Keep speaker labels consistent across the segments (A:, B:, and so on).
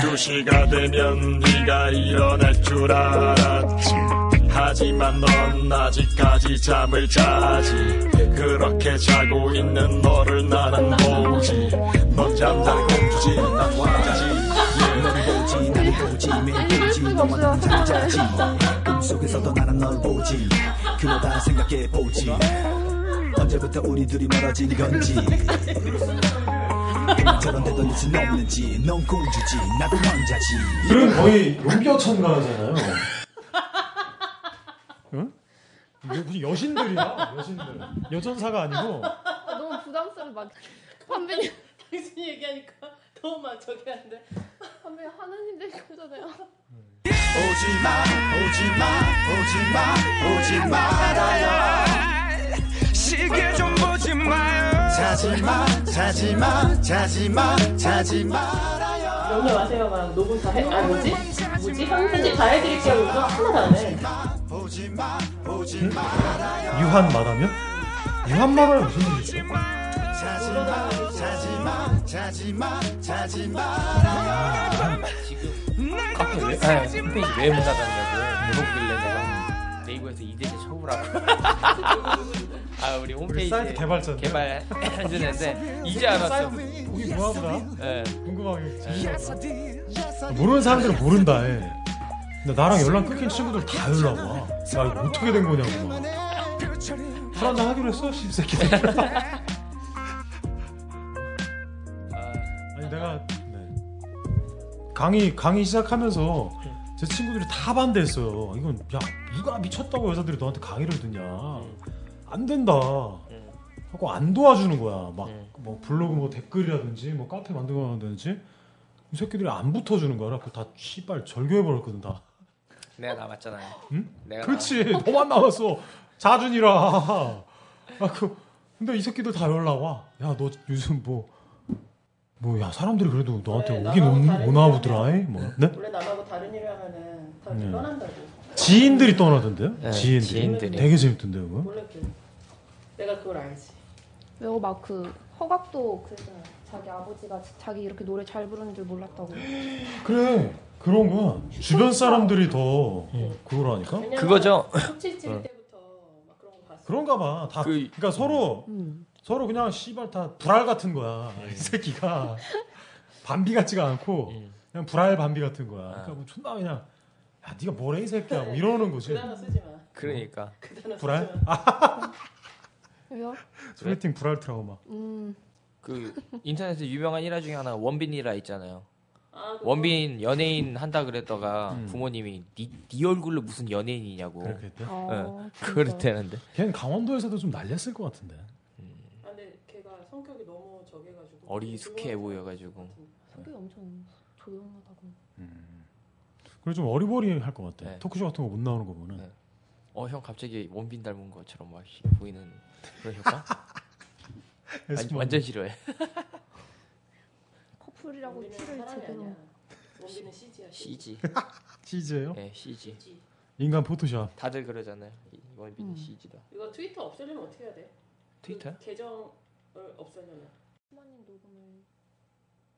A: 두시가 되면 네가 일어날 줄 알았지 하지만 넌 아직까지 잠을 자지 그렇게 자고 있는 너를 나는 보지 넌 잠잘 공주지 난 왕자지
B: 너를 보지 나를 보지 매일 보지 너만 나는 잠자지 꿈속에서도 나는 널 보지 그러다 생각해 보지 언제부터 우리 둘이 멀어진 건지 저런데도 눈치 없는지 넌 공주지 나도 왕자지
C: 이건 거의 용녀 참가잖아요. 응? 이게 무슨 여신들이야? 여신들. 여전사가 아니고.
D: 아, 너무 부담스러워 막 선배님 당신 얘기하니까 너무 막 저기 한데 선배님 하나님 될 거잖아요
B: 오지마 오지마 오지마 오지 말아요 시계 좀 보지 마요 자지마 자지마 자지마 자지마
D: 오늘 마세요랑 녹음 다 해? 아 뭐지? 뭐지? 편집 다 해드릴게요 이거 하나도 안해
B: 오지마 오지마
C: 유한 말하면? 유한 말하면 무슨 일이지?
B: 자지마 자지마 자지마 자지마
E: 카페 왜, 아, 홈페이지 왜 못 나갔냐고 물어보길래 내가 네이버에서 이대제 쳐보라고. 아 우리
C: 우리 사이트
E: 홈페이지
C: 개발자.
E: 개발 해주는데 이제 알았어.
C: 사이트 보기 뭐하구나.
E: 예.
C: 궁금하게. 모르는 사람들은 모른다. 해. 근데 나랑 연락 끊긴 친구들 다 연락 와. 야 이거 어떻게 된 거냐고. 막. 술 한잔 하기로 했어, 씨새끼들.
E: 아,
C: 아니 내가 강의 강의 시작하면서 제 친구들이 다 반대했어요. 이건 야 누가 미쳤다고 여자들이 너한테 강의를 듣냐? 안 된다.
E: 음.
C: 하고 안 도와주는 거야. 막 뭐
E: 음.
C: 블로그 뭐 댓글이라든지 뭐 카페 만들어라든지 이 새끼들이 안 붙어주는 거야. 그다 씨발 절교해 버렸거든 다.
E: 내가 남았잖아요.
C: 응?
E: 내가
C: 그렇지 너만 남았어. 자준이라. 아그 근데 이 새끼들 다 연락 와. 야 너 요즘 뭐 뭐 야 사람들이 그래도 너한테
D: 네,
C: 오긴
D: 나가고
C: 온-
D: 다니는 사람이야.
C: 오나 보더라. 뭐 네?
D: 원래 남하고 다른 일을 하면은
C: 네.
D: 사람들 떠난다고
C: 지인들이 떠나던데요?
E: 네,
C: 지인들이.
E: 지인들이.
C: 되게 재밌던데요, 그거?
D: 몰랐게 내가 그걸 알지
F: 매우 막그 허각도 그랬잖아요. 자기 아버지가 자- 자기 이렇게 노래 잘 부르는 줄
C: 어?
F: 몰랐다고.
C: 그래. 그런 거야. 주변 사람들이 더 그거라니까.
D: 왜냐면
E: 그거죠?
C: 어.
D: 속칠칠
F: 어.
E: 응.
D: 때부터 막 그런 거 봤어
C: 그런가 봐. 다 그...
E: 그-
C: 러니까 서로 서로 그냥 씨발 다 불알 같은 거야.
E: 예.
C: 이 새끼가 반비 같지가 않고
E: 음.
C: 그냥 불알 반비 같은 거야.
E: 아.
C: 그러니까 뭐 존나 그냥 야, 네가 뭐래 이 새끼야. 뭐 이러는 거지.
D: 그 단어 쓰지 마그
E: 그러니까
D: 단어
C: 불알?
D: 쓰지 마
F: 왜요?
C: 소개팅 불알 트라우마.
F: 음.
E: 그 인터넷에 유명한 일화 중에 하나 원빈이라 있잖아요.
D: 아, 그거.
E: 원빈 연예인 한다 그랬다가
C: 음.
E: 부모님이 네, 네 얼굴로 무슨 연예인이냐고
C: 그렇게 했대.
F: 어. 진짜.
E: 그랬대는데.
C: 걔는 강원도에서도 좀 날렸을 것 같은데.
D: 아, 근데 걔가 성격이 너무 저게가지고
E: 어리숙해 보여가지고.
F: 성격이 엄청 조용하다고.
C: 음. 그리고 좀 어리버리할 것 같아.
E: 네.
C: 토크쇼 같은 거 못 나오는 거 보면.
E: 네. 어 형 갑자기 원빈 닮은 것처럼 막 보이는 그런 효과?
C: 네,
E: 완, 완전 싫어해.
F: 커플이라고
D: 원빈은
F: 티를
D: 사람이
F: 제대로.
D: 아니야 원빈은 CG야
E: CG.
C: 치즈예요?
E: 네 CG.
C: 인간 포토샵.
E: 다들 그러잖아요. 이 원빈이
F: 음.
E: CG다.
D: 이거 트위터 없애려면 어떻게 해야 돼?
C: 네?
E: 트위터요?
D: 그 계정을 없애려면
F: 부모님 녹음을.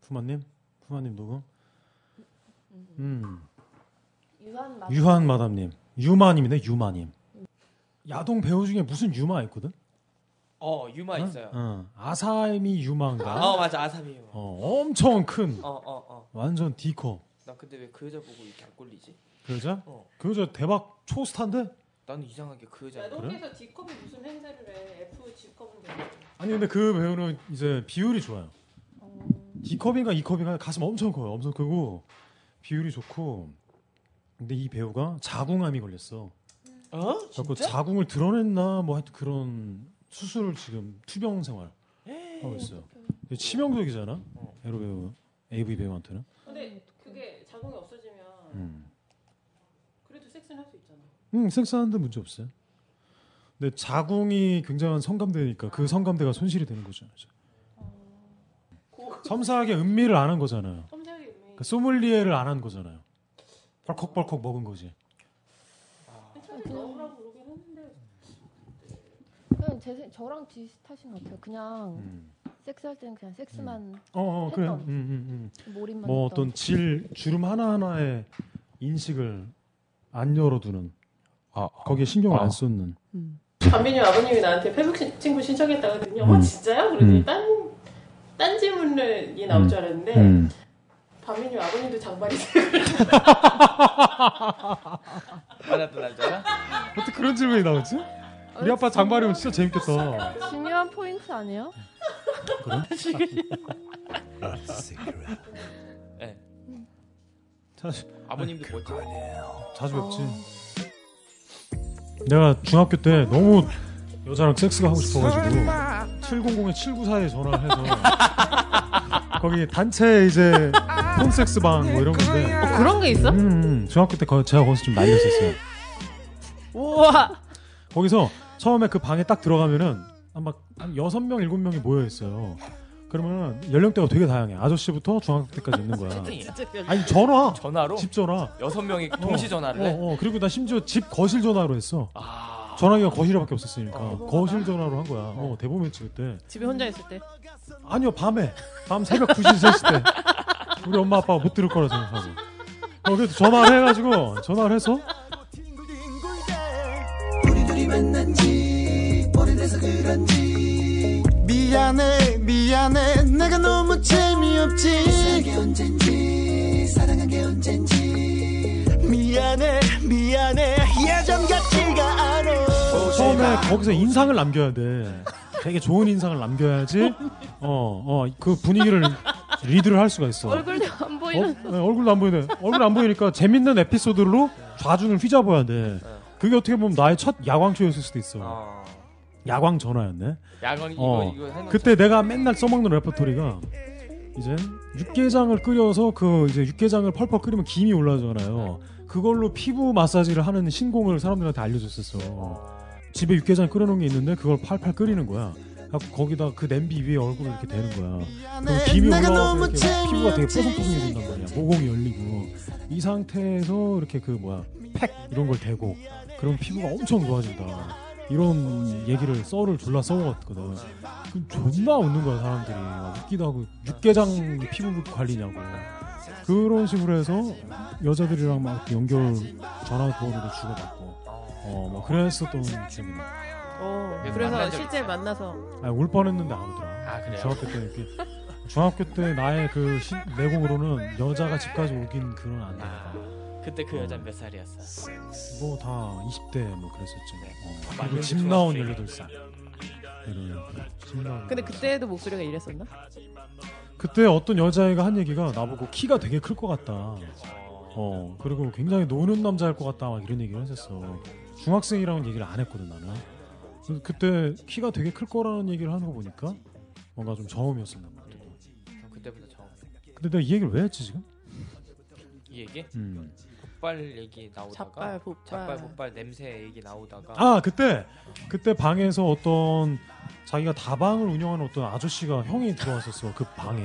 C: 푸마님, 푸마님 누구? 음,
F: 유한 마.
C: 유한 마담님, 유마님이네 유마님. 야동 배우 중에 무슨 유마 있거든?
E: 어 유마
C: 응?
E: 있어요.
C: 응. 아사미 유마인가?
E: 어 맞아 아사미 유마.
C: 어, 엄청 큰,
E: 어어 어.
C: 완전 디커.
E: 나 근데 왜 그 여자 보고 이렇게 안 꼴리지?
C: 그 여자?
E: 어.
C: 그 여자 대박 초스타인데?
E: 난 이상하게 그 여자
D: 야동에서 D컵이 무슨 행세를 해? F G컵은 되는
C: 아니 근데 그 배우는 이제 비율이 좋아요. D컵인가 E컵인가 가슴 엄청 커요. 엄청 크고 비율이 좋고 근데 이 배우가 자궁암이 걸렸어.
E: 어?
C: 자꾸 자궁을 드러냈나 뭐 하여튼 그런 수술을 지금 투병 생활 하고 있어요. 되게 치명적이잖아.
E: 어.
C: 에로 배우 AV 배우한테는.
D: 근데 그게 자궁이 없어지면
C: 음.
D: 그래도 섹스는 할 수 있잖아.
C: 음, 섹스하는데 문제 없어요. 근데 자궁이 굉장한 성감대니까 그 성감대가 손실이 되는 거잖아요.
D: 고
C: 섬세하게 음미를 안 한 거잖아요.
D: 섬세하게 음미.
C: 그 소믈리에를 안 한 거잖아요. 벌컥벌컥 먹은 거지.
D: 괜찮아 너무라고 그러긴 했는데
F: 어, 그냥 제, 생- 저랑 비슷하신 것 같아요. 그냥
C: 음.
F: 섹스할 때는 그냥 섹스만
C: 어, 어 그래.
F: 했던.
C: 음, 음, 음.
F: 몰입만
C: 뭐
F: 했던.
C: 어떤 질 주름 하나 하나의 인식을 안 열어두는
E: 아,
C: 거기에 신경을
E: 아.
C: 안 쏟는.
D: 담비님 아버님이 나한테 페북 시- 친구 신청했다거든요.
C: 음.
D: 어 진짜요? 그랬더니
C: 음.
D: 딴, 딴 질문이 나올 줄 알았는데
C: 음.
D: 담비님 아버님도 장발이세요.
E: 맞았던 남자가?
C: 어떻게 그런 질문이 나오지? 우리 아빠 장발이면 진짜 재밌겠다.
F: 중요한 포인트 아니에요?
E: 네.
C: 자주,
E: 아버님도 뭐지?
C: 자주 뵙지. 내가 중학교 때 너무 여자랑 섹스가 하고 싶어가지고 700에 794에 전화를 해서 거기 단체 이제 폰섹스 방뭐 이런 건데
D: 그런 게 있어?
C: 음, 중학교 때 거- 제가 거기서 좀 날렸었어요.
D: 우와.
C: 거기서 처음에 그 방에 딱 들어가면은 아마 한 여섯 명 일곱 명이 모여 있어요. 그러면 연령대가 되게 다양해. 아저씨부터 중학교 때까지 있는 거야. 아니 전화,
E: 전화로?
C: 집 전화.
E: 여섯 명이 동시 전화를 해?
C: 어, 어, 그리고 나 심지어 집 거실 전화로 했어.
E: 네. 아.
C: 전화기가 거실에밖에 없었으니까
E: 어.
C: 거실 전화로 한 거야. 어, 대범했지 그때.
D: 집에 혼자 있을 때.
C: 아니요 밤에 밤 새벽 2시 3시 때 우리 엄마 아빠가 못 들을 거라 생각하고 어, 그래서 전화를 해가지고 전화를 해서
B: 우리 둘이 만난 지 오래돼서 그런지
G: 미안해 미안해 내가 너무 재미없지
B: 사랑한 게 언젠지 사랑한 게 언젠지
G: 미안해 미안해 예전 같지가 않아
C: 처음에 거기서 인상을 남겨야 돼 되게 좋은 인상을 남겨야지 어어그 분위기를 리드를 할 수가 있어
F: 얼굴도 안
C: 어?
F: 보이는.
C: 네, 얼굴도 안 보이네 얼굴 안 보이니까 재밌는 에피소드로 좌중을 휘잡아야 돼 그게 어떻게 보면 나의 첫 야광쇼였을 수도 있어
E: 어.
C: 야광 전화였네
E: 야건 이거
C: 어.
E: 이거 해놓자.
C: 그때 내가 맨날 써먹는 레퍼토리가 이제 육개장을 끓여서 그 이제 육개장을 펄펄 끓이면 김이 올라오잖아요. 그걸로 피부 마사지를 하는 신공을 사람들한테 알려줬었어. 집에 육개장 끓여놓은 게 있는데 그걸 팔팔 끓이는 거야. 갖고 거기다 그 냄비 위에 얼굴을 이렇게 대는 거야. 그럼 김이 올라와서 이렇게 피부가 되게 뽀송뽀송해진단 말이야. 모공이 열리고 이 상태에서 이렇게 그 뭐야 팩 이런 걸 대고 그럼 피부가 엄청 좋아진다. 이런 얘기를 썰을 졸라 써왔거든. 그럼 존나 웃는 거야 사람들이 막 웃기도 하고 육개장 피부 관리냐고 그런 식으로 해서 여자들이랑 막 연결 전화번호도 주고받고 어막 뭐 그랬었던 중이네. 예,
D: 어.
E: 그래서 만난 적 있어요.
D: 만나서
C: 아울 뻔했는데 안 오더라.
E: 아, 그래요?
C: 중학교 때 이렇게 중학교 때 나의 그 시- 내공으로는 여자가 집까지 오긴 그런 안
E: 아,
C: 되니까
E: 그때 그 여자 몇 살이었어?
C: 뭐 다 20대 뭐 그랬었지 뭐. 어.
E: 완전
C: 그리고 집 나온
E: 네. 중학생.
C: 18살.
E: 음.
C: 이런 집 나온
D: 그때도 목소리가 이랬었나?
C: 그때 어떤 여자애가 한 얘기가 나보고 키가 되게 클 것 같다. 어 그리고 굉장히 노는 남자일 것 같다 막 이런 얘기를 했었어. 중학생이랑은 얘기를 안 했거든 나는. 그래서 그때 키가 되게 클 거라는 얘기를 하는 거 보니까 뭔가 좀 저음이었었나 봐.
E: 아, 그때부터 처음
C: 근데 내가 이 얘기를 왜 했지 지금?
E: 이 얘기?
C: 음.
E: 폭발 얘기 나오다가
D: 자빨, 복발.
E: 자빨 폭발 냄새 얘기 나오다가
C: 아 그때 그때 방에서 어떤 자기가 다방을 운영하는 어떤 아저씨가 형이 들어왔었어 그 방에.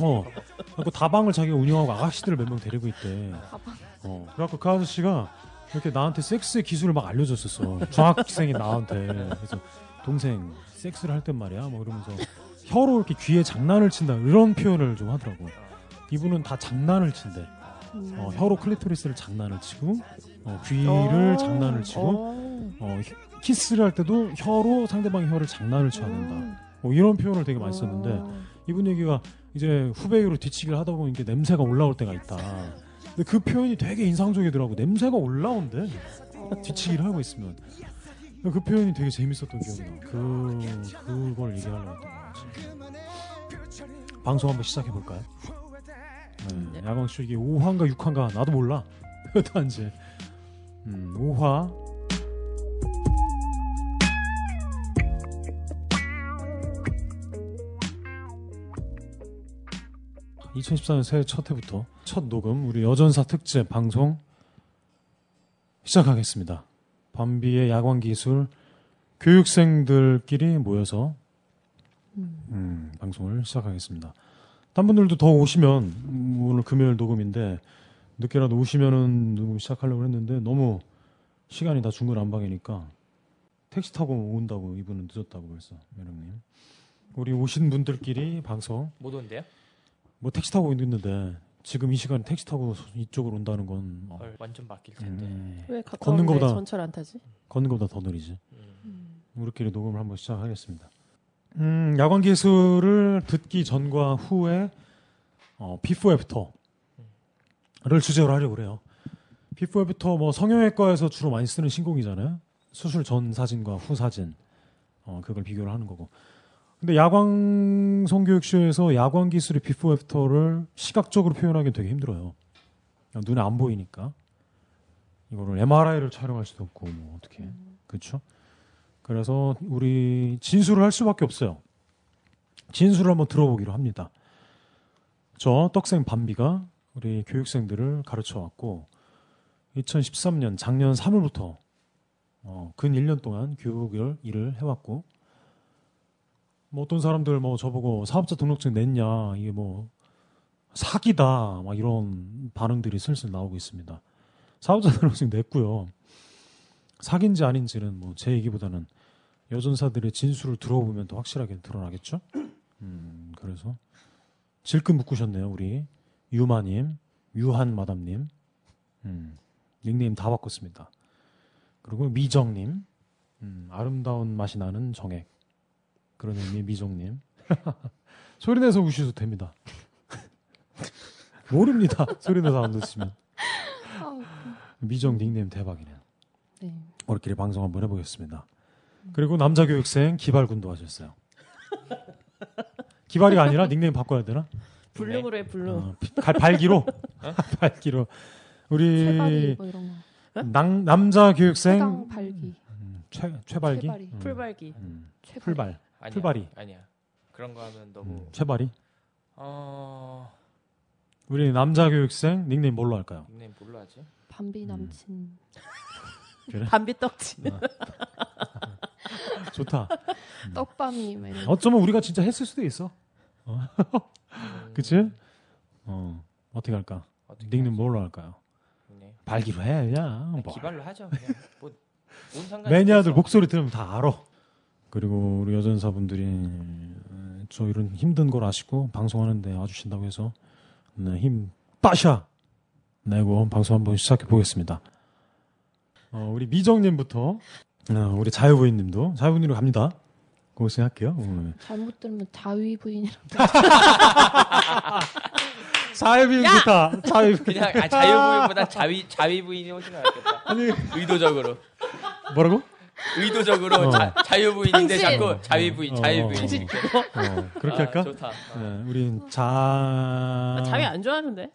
C: 어. 그래갖고 다방을 자기가 운영하고 아가씨들을 몇 명 데리고 있대. 어. 그래갖고 그 아저씨가 이렇게 나한테 섹스의 기술을 막 알려줬었어. 중학생이 나한테. 그래서 동생 섹스를 할 땐 말이야. 뭐 이러면서 혀로 이렇게 귀에 장난을 친다 이런 표현을 좀 하더라고. 이분은 다 장난을 친대. 어, 혀로 클리토리스를 장난을 치고 어, 귀를 장난을 치고 어, 히- 키스를 할 때도 혀로 상대방의 혀를 장난을 쳐야 된다. 뭐 이런 표현을 되게 많이 썼는데 이분 얘기가 이제 후배로 뒤치기를 하다 보면 이게 냄새가 올라올 때가 있다. 근데 그 표현이 되게 인상적이더라고. 냄새가 올라온대. 뒤치기를 하고 있으면 그 표현이 되게 재밌었던 기억이 나. 그 그걸 얘기하려고 했던 거지. 방송 한번 시작해 볼까요? 네, 야광 쇼 이게 5화인가 6화인가 나도 몰라. 단지 음, 5화 아, 2014년 새해 첫 해부터 첫 녹음 우리 여전사 특집 방송 시작하겠습니다. 밤비의 야광 기술 교육생들끼리 모여서 음, 방송을 시작하겠습니다. 딴 분들도 더 오시면 음, 오늘 금요일 녹음인데 늦게라도 오시면은 녹음 시작하려고 했는데 너무 시간이 다 중구난방이니까 택시 타고 온다고 이분은 늦었다고 벌써 매력님 우리 오신 분들끼리 방송
E: 못 온대요?
C: 뭐 택시 타고 있는데 지금 이 시간에 택시 타고 이쪽으로 온다는 건 어,
E: 헐, 완전 바뀔 텐데.
C: 음,
H: 왜
C: 걷는
H: 가까운데
C: 거보다- 네.
H: 전철 안 타지?
C: 걷는 것보다 더 느리지.
E: 음.
C: 우리끼리 녹음을 한번 시작하겠습니다. 음, 야광 기술을 듣기 전과 후에 어, 비포 애프터를 주제로 하려고 그래요. 비포 애프터 뭐 성형외과에서 주로 많이 쓰는 신공이잖아요. 수술 전 사진과 후 사진 어, 그걸 비교를 하는 거고. 근데 야광 성교육쇼에서 야광 기술이 비포 애프터를 시각적으로 표현하기 되게 힘들어요. 그냥 눈에 안 보이니까 이거를 MRI를 촬영할 수도 없고 뭐 어떻게 그렇죠? 그래서 우리 진술을 할 수밖에 없어요. 진술을 한번 들어보기로 합니다. 저 떡생 밤비가 우리 교육생들을 가르쳐 왔고 2013년 작년 3월부터 어, 근 1년 동안 교육을 일을 해왔고 뭐 어떤 사람들 뭐 저보고 사업자 등록증 냈냐 이게 뭐 사기다 막 이런 반응들이 슬슬 나오고 있습니다. 사업자 등록증 냈고요. 사기인지 아닌지는 뭐 제 얘기보다는 여전사들의 진술을 들어보면 더 확실하게 드러나겠죠. 음, 그래서 질끈 묶으셨네요, 우리 유마님, 유한 마담님, 음, 닉네임 다 바꿨습니다. 그리고 미정님, 음, 아름다운 맛이 나는 정액 그런 의미의 미정님 소리 내서 우셔도 됩니다. 모릅니다. 소리 내서 안 드시면 아, 미정 닉네임 대박이네요.
H: 네.
C: 우리끼리 방송 한번 해보겠습니다. 그리고 남자 교육생 기발군도 하셨어요. 기발이가 아니라 닉네임 바꿔야 되나?
H: 블룸으로 해 블룸.
C: 어, 갈- 발기로
D: 어?
C: 발기로
F: 세발이
C: 우리
F: 뭐 이런 거.
C: 남, 남자 교육생
F: 해당 발기.
C: 최 최발기
F: 최발이.
C: 음,
H: 풀발기.
C: 음,
F: 최발이.
C: 풀발
E: 아니야.
C: 풀발이.
E: 아니야. 그런 거 하면 너무
C: 음, 최발이
E: 어
C: 우리 남자 교육생 닉네임 뭘로 할까요?
E: 닉네임 뭘로 하지?
F: 밤비 남친.
H: 밤비 떡지.
C: 어. 좋다. 음.
F: 떡밤이 막 이런. 거.
C: 어쩌면 우리가 진짜 했을 수도 있어. 어. 그치? 어 어떻게 할까?
E: 어떻게
C: 닉네임
E: 하지?
C: 뭘로 할까요?
E: 닉네임.
C: 발기로 해 그냥.
E: 그냥
C: 뭐.
E: 기발로 하죠. 그냥 뭐, 뭔 상관이
C: 매니아들
E: 있겠어.
C: 목소리 들으면 다 알아. 그리고 우리 여전사분들이 음, 저 이런 힘든 걸 아시고 방송하는데 와주신다고 해서 네, 힘 빠샤 내고 방송 한번 시작해 보겠습니다. 어, 우리 미정님부터 어, 우리 자유부인님도 자유부인으로 갑니다. 그거 생각할게요. 음.
F: 잘못 들으면 자위 부인이라고.
C: 자유부인 좋다. 자유부인.
E: 그냥 아, 자유부인보다 자위 자위부인이 훨씬 낫겠다.
C: 아니
E: 의도적으로
C: 뭐라고?
E: 의도적으로
C: 어.
E: 자, 자유부인인데
H: 당신!
E: 자꾸 자위부인
C: 어,
E: 자유부인
C: 당신!
E: 이렇게.
C: 어, 그렇게
E: 아,
C: 할까?
E: 좋다. 어.
C: 네, 우린 자
H: 아, 자위 안 좋아하는데?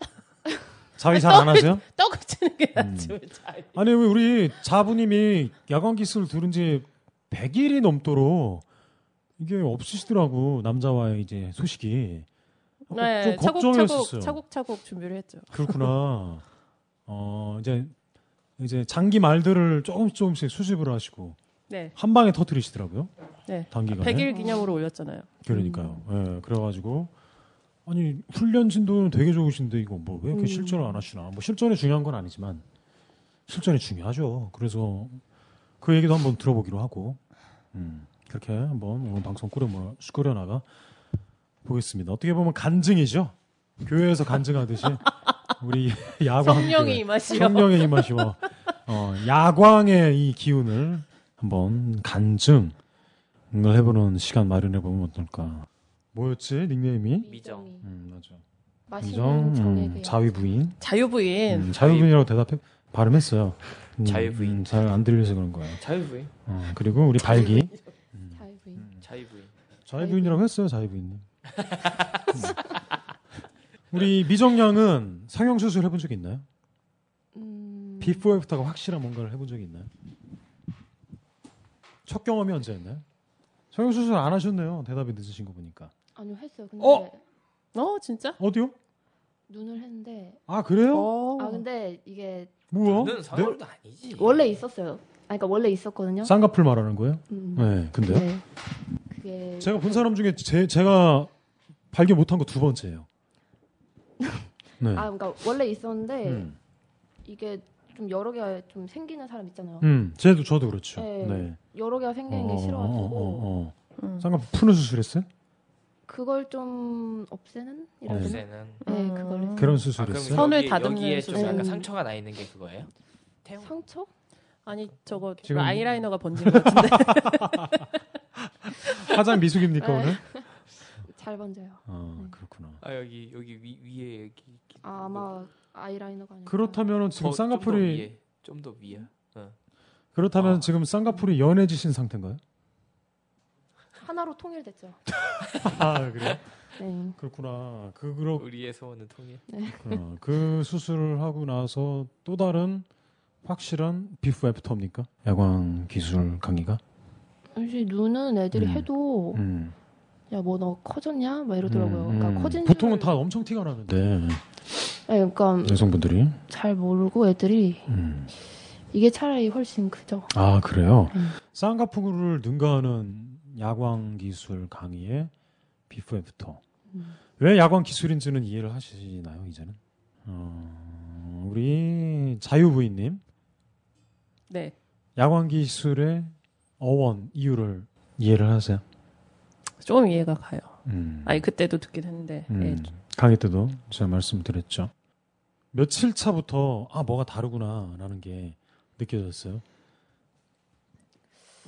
C: 자위 잘 안 하세요? 음.
H: 떡을 치는 게 낫지 왜 자위.
C: 아니 왜 우리 자부님이 야간 기술 들은 지 100일이 넘도록 이게 없으시더라고 남자와의 이제 소식이 어, 좀
H: 네,
C: 걱정했었어요.
H: 차곡차곡 차곡차곡 준비를 했죠.
C: 그렇구나. 어 이제 이제 장기 말들을 조금씩 조금씩 수집을 하시고
H: 네,
C: 한 방에 터뜨리시더라고요.
H: 네.
C: 단기간에.
H: 100일 기념으로 올렸잖아요.
C: 그러니까요. 예, 그래가지고 아니 훈련 진도는 되게 좋으신데 이거 뭐 왜 이렇게
H: 음.
C: 실전을 안 하시나? 뭐 실전이 중요한 건 아니지만 실전이 중요하죠. 그래서 그 얘기도 한번 들어보기로 하고 음, 그렇게 한번 오늘 방송 꾸려 뭐, 꾸려 나가 보겠습니다. 어떻게 보면 간증이죠. 교회에서 간증하듯이 우리 야광
H: 성령이 임하시오.
C: 성령의 임하시와 어, 야광의 이 기운을 한번 간증을 해보는 시간 마련해 보면 어떨까? 뭐였지 닉네임이?
E: 미정.
C: 음 맞아.
F: 맛있는
C: 미정,
F: 정액의
C: 음, 자위 부인,
H: 자유부인.
C: 음, 자위 부인이라고 대답해. 발음했어요. 음,
E: 자유부인.
C: 음, 잘안 들려서 그런 거예요.
E: 자유부인
C: 어, 그리고 우리 발기.
F: 자유부인.
E: 음. 자유부인
C: 자유부인이라고 했어요, 자유부인님. 음. 우리 미정양은 성형 수술 해본 적 있나요?
F: 음,
C: 비포 애프터가 확실한 뭔가를 해본 적이 있나요? 첫 경험이 언제였나요? 성형 수술 안 하셨네요. 대답이 늦으신 거 보니까.
F: 아니요 했어요. 근데
C: 어?
H: 어 진짜?
C: 어디요?
F: 눈을 했는데
C: 아 그래요?
H: 어.
F: 아 근데 이게
C: 뭐야? 네?
E: 눈은 성형도 아니지
F: 원래 있었어요. 아 그러니까 원래 있었거든요.
C: 네? 쌍꺼풀 말하는 거예요?
F: 음,
C: 네. 근데요?
F: 근데 그게
C: 제가 본 사람 중에 제, 제가 발견 못한 거 두 번째예요. 네.
F: 아 그러니까 원래 있었는데
C: 음.
F: 이게 좀 여러 개가 좀 생기는 사람 있잖아요.
C: 음, 쟤도 저도 그렇죠.
F: 네.
C: 네.
F: 여러 개가 생기는 게 싫어가지고
C: 어, 어,
H: 음.
C: 쌍꺼풀 푸는 수술했어요?
F: 그걸 좀 없애는 이런
C: 네. 음.
F: 네,
E: 요새는
F: 네 그걸 했어요.
C: 그런
E: 아, 그럼
C: 수술했어요?
H: 선을
E: 여기-
H: 다듬는
E: 여기에 좀
H: 수술.
E: 약간
F: 음.
E: 상처가 나 있는 게 그거예요? 태용
F: 상처?
H: 아니 저거 그
C: 지금-
H: 아이라이너가 번진 것 같은데.
C: 화장 미숙입니까
F: 네.
C: 오늘?
F: 잘 번져요.
C: 아 그렇구나.
E: 아 여기 여기 위, 위에 여기 이렇게
F: 아, 아마 아이라이너가 아니고
C: 그렇다면 지금 쌍꺼풀이
E: 좀더 위에 어.
C: 그렇다면
E: 아.
C: 지금 쌍꺼풀이 연해지신 상태인가요?
F: 하나로 통일됐죠.
C: 아 그래?
F: 네.
C: 그렇구나. 그 그렇
E: 우리의 소원은 통일
H: 네.
C: 구그 수술을 하고 나서 또 다른 확실한 비프 애프터입니까? 야광 기술 강의가?
F: 사실 눈은 애들이
C: 음.
F: 해도
C: 음.
F: 야 뭐 너 커졌냐 막 이러더라고요.
C: 음,
F: 어, 그러니까
C: 음.
F: 커진
C: 보통은
F: 줄-
C: 다 엄청 티가 나는데
F: 네, 그러니까
C: 여성분들이
F: 잘 모르고 애들이
C: 음.
F: 이게 차라리 훨씬 크죠.
C: 아 그래요
F: 음.
C: 쌍꺼풀을 능가하는 야광 기술 강의의 비포 애프터
F: 음.
C: 왜 야광 기술인지는 이해를 하시나요 이제는 어, 우리 자유부인님
H: 네.
C: 야광 기술의 어원 이유를 이해를 하세요
H: 좀 이해가 가요.
C: 음.
H: 아니 그때도 듣긴 했는데.
F: 네.
C: 음,
H: 예.
C: 강의 때도 제가 말씀드렸죠. 며칠 차부터 아 뭐가 다르구나라는 게 느껴졌어요.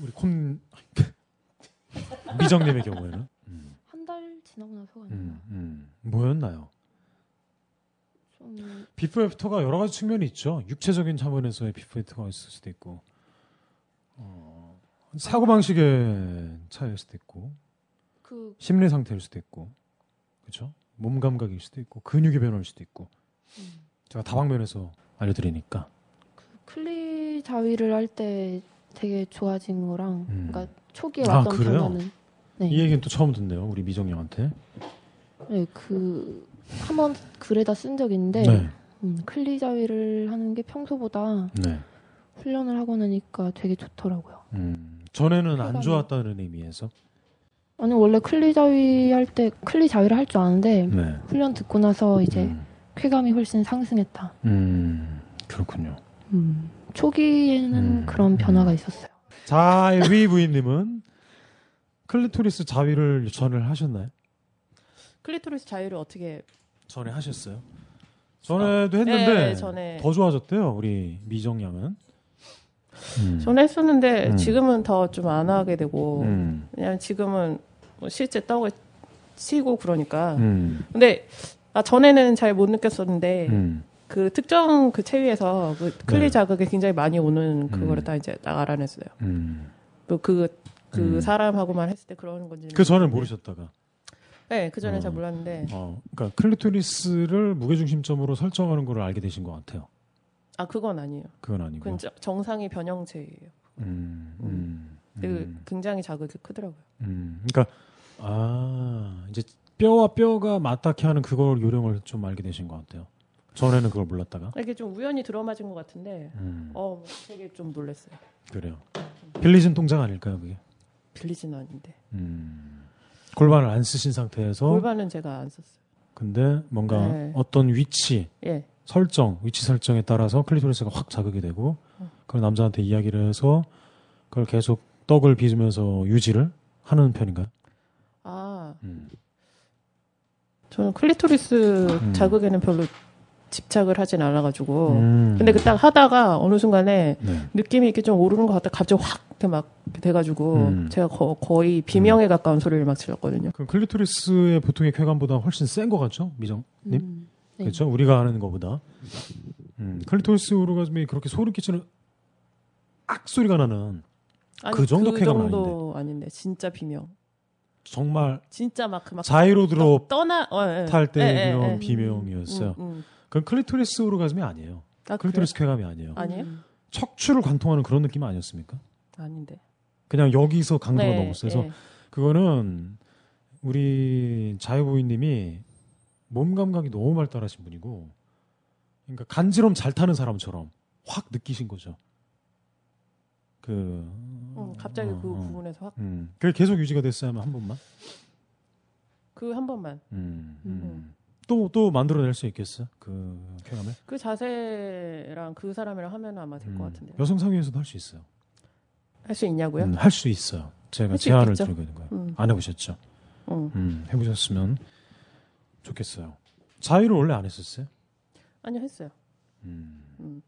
C: 우리 콤 미정님의 경우에는 음,
F: 한 달 지나고 나서가 아니라
C: 음, 음. 뭐였나요?
F: 좀
C: 비포 애프터가 여러 가지 측면이 있죠. 육체적인 차원에서의 비포 애프터가 있을 수도 있고 어, 사고 방식의 차이일 수도 있고
F: 그
C: 심리 상태일 수도 있고, 그렇죠? 몸 감각일 수도 있고, 근육의 변화일 수도 있고.
F: 음.
C: 제가 다방면에서 알려드리니까.
F: 클리 자위를 할 때 되게 좋아진 거랑
C: 음.
F: 그러니까 초기에
C: 아,
F: 왔던
C: 그래요?
F: 변화는 네.
C: 이 얘기는 또 처음 듣네요, 우리 미정님한테.
F: 네, 그 한번 글에다 쓴 적 있는데
C: 네,
F: 음, 클리 자위를 하는 게 평소보다
C: 네.
F: 훈련을 하고 나니까 되게 좋더라고요.
C: 음, 전에는 안
F: 혈관이-
C: 좋았다는 의미에서.
F: 아니 원래 클리 자위 할 때 클리 자위를 할 줄 아는데
C: 네.
F: 훈련 듣고 나서 이제
C: 음,
F: 쾌감이 훨씬 상승했다.
C: 음, 그렇군요.
F: 음, 초기에는
C: 음.
F: 그런 변화가 있었어요.
C: 자위 부인님은 클리토리스 자위를 전을 하셨나요?
H: 클리토리스 자유를 어떻게?
C: 전에 하셨어요. 전에도 했는데
H: 네, 전에.
C: 더 좋아졌대요, 우리 미정 양은. 음,
H: 전에 했었는데
C: 음.
H: 지금은 더 좀 안 하게 되고
C: 음,
H: 왜냐면 지금은 뭐 실제 떡을 치고 그러니까.
C: 음,
H: 근데 아 전에는 잘 못 느꼈었는데
C: 음.
H: 그 특정 그 체위에서 그 클리
C: 네.
H: 자극이 굉장히 많이 오는 그거를
C: 음.
H: 다 이제 다 알아냈어요.
C: 음.
H: 뭐그그
C: 음.
H: 사람하고만 했을 때 그러는 건지.
C: 그 전에 모르셨다가
H: 네, 그 전에
C: 어.
H: 잘 몰랐는데.
C: 어, 그러니까 클리토리스를 무게중심점으로 설정하는 걸 알게 되신 것 같아요.
H: 아 그건 아니에요.
C: 그건 아니고.
H: 그건 저- 정상이 변형체예요.
C: 음, 음,
H: 그
C: 음,
H: 굉장히 자극이 크더라고요.
C: 음. 그러니까 아 이제 뼈와 뼈가 맞닿게 하는 그걸 요령을 좀 알게 되신 것 같아요. 전에는 그걸 몰랐다가.
H: 이게 좀 우연히 들어맞은 것 같은데,
C: 음,
H: 어뭐 되게 좀 놀랐어요.
C: 그래요. 빌리진 동작 아닐까요, 그게?
H: 빌리진 아닌데
C: 음. 골반을 안 쓰신 상태에서
H: 골반은 제가 안 썼어요.
C: 근데 뭔가
H: 네.
C: 어떤 위치
H: 예,
C: 설정, 위치 설정에 따라서 클리토리스가 확 자극이 되고 그걸 남자한테 이야기를 해서 그걸 계속 떡을 빚으면서 유지를 하는 편인가요?
H: 아
C: 음.
H: 저는 클리토리스 자극에는 별로 집착을 하진 않아가지고,
C: 음.
H: 근데 그 딱 하다가 어느 순간에
C: 네.
H: 느낌이 이렇게 좀 오르는 것 같다. 갑자기 확 이렇게 막 돼가지고
C: 음.
H: 제가 거, 거의 비명에 가까운 소리를 막 질렀거든요.
C: 그럼 클리토리스의 보통의 쾌감보다 훨씬 센 것 같죠, 미정님?
F: 음, 네.
C: 그렇죠? 우리가 하는 것보다 음, 클리토리스 오르가즘이 그렇게 소름 끼치는 악 소리가 나는 그 정도
H: 그
C: 쾌감은
H: 정도 아닌데 진짜 비명.
C: 정말
H: 진짜 막 그막
C: 자이로드롭
H: 떠나 어, 예.
C: 탈 때
H: 예, 예,
C: 그런
H: 예.
C: 비명이었어요.
H: 음, 음.
C: 그건 클리토리스 오르가즘이 아니에요.
H: 아,
C: 클리토리스 쾌감이 아니에요.
H: 아니에요?
C: 척추를 관통하는 그런 느낌 아니었습니까?
H: 아닌데.
C: 그냥 여기서 강도가
H: 네,
C: 너무 세서
H: 예.
C: 그거는 우리 자유부인님이 몸 감각이 너무 발달하신 분이고, 그러니까 간지럼 잘 타는 사람처럼 확 느끼신 거죠. 그,
H: 음, 갑자기
C: 어,
H: 그
C: 어.
H: 부분에서 확
C: 음, 그게 계속 유지가 됐어야만 한 번만.
H: 그 한 번만
C: 음, 음. 또, 또 만들어낼 수 있겠어? 그 쾌감을? 음.
H: 그 자세랑 그 사람이랑 하면 아마 될 것 같은데 요
C: 여성 상위에서도 할 수 있어요.
H: 할 수 있냐고요?
C: 음, 할 수 있어요. 제가
H: 할수
C: 제안을
H: 있겠죠.
C: 드리고 있는 거예요.
H: 음.
C: 안 해보셨죠?
H: 음.
C: 음, 해보셨으면 좋겠어요. 자유를 원래 안 했었어요?
H: 아니요 했어요. 음.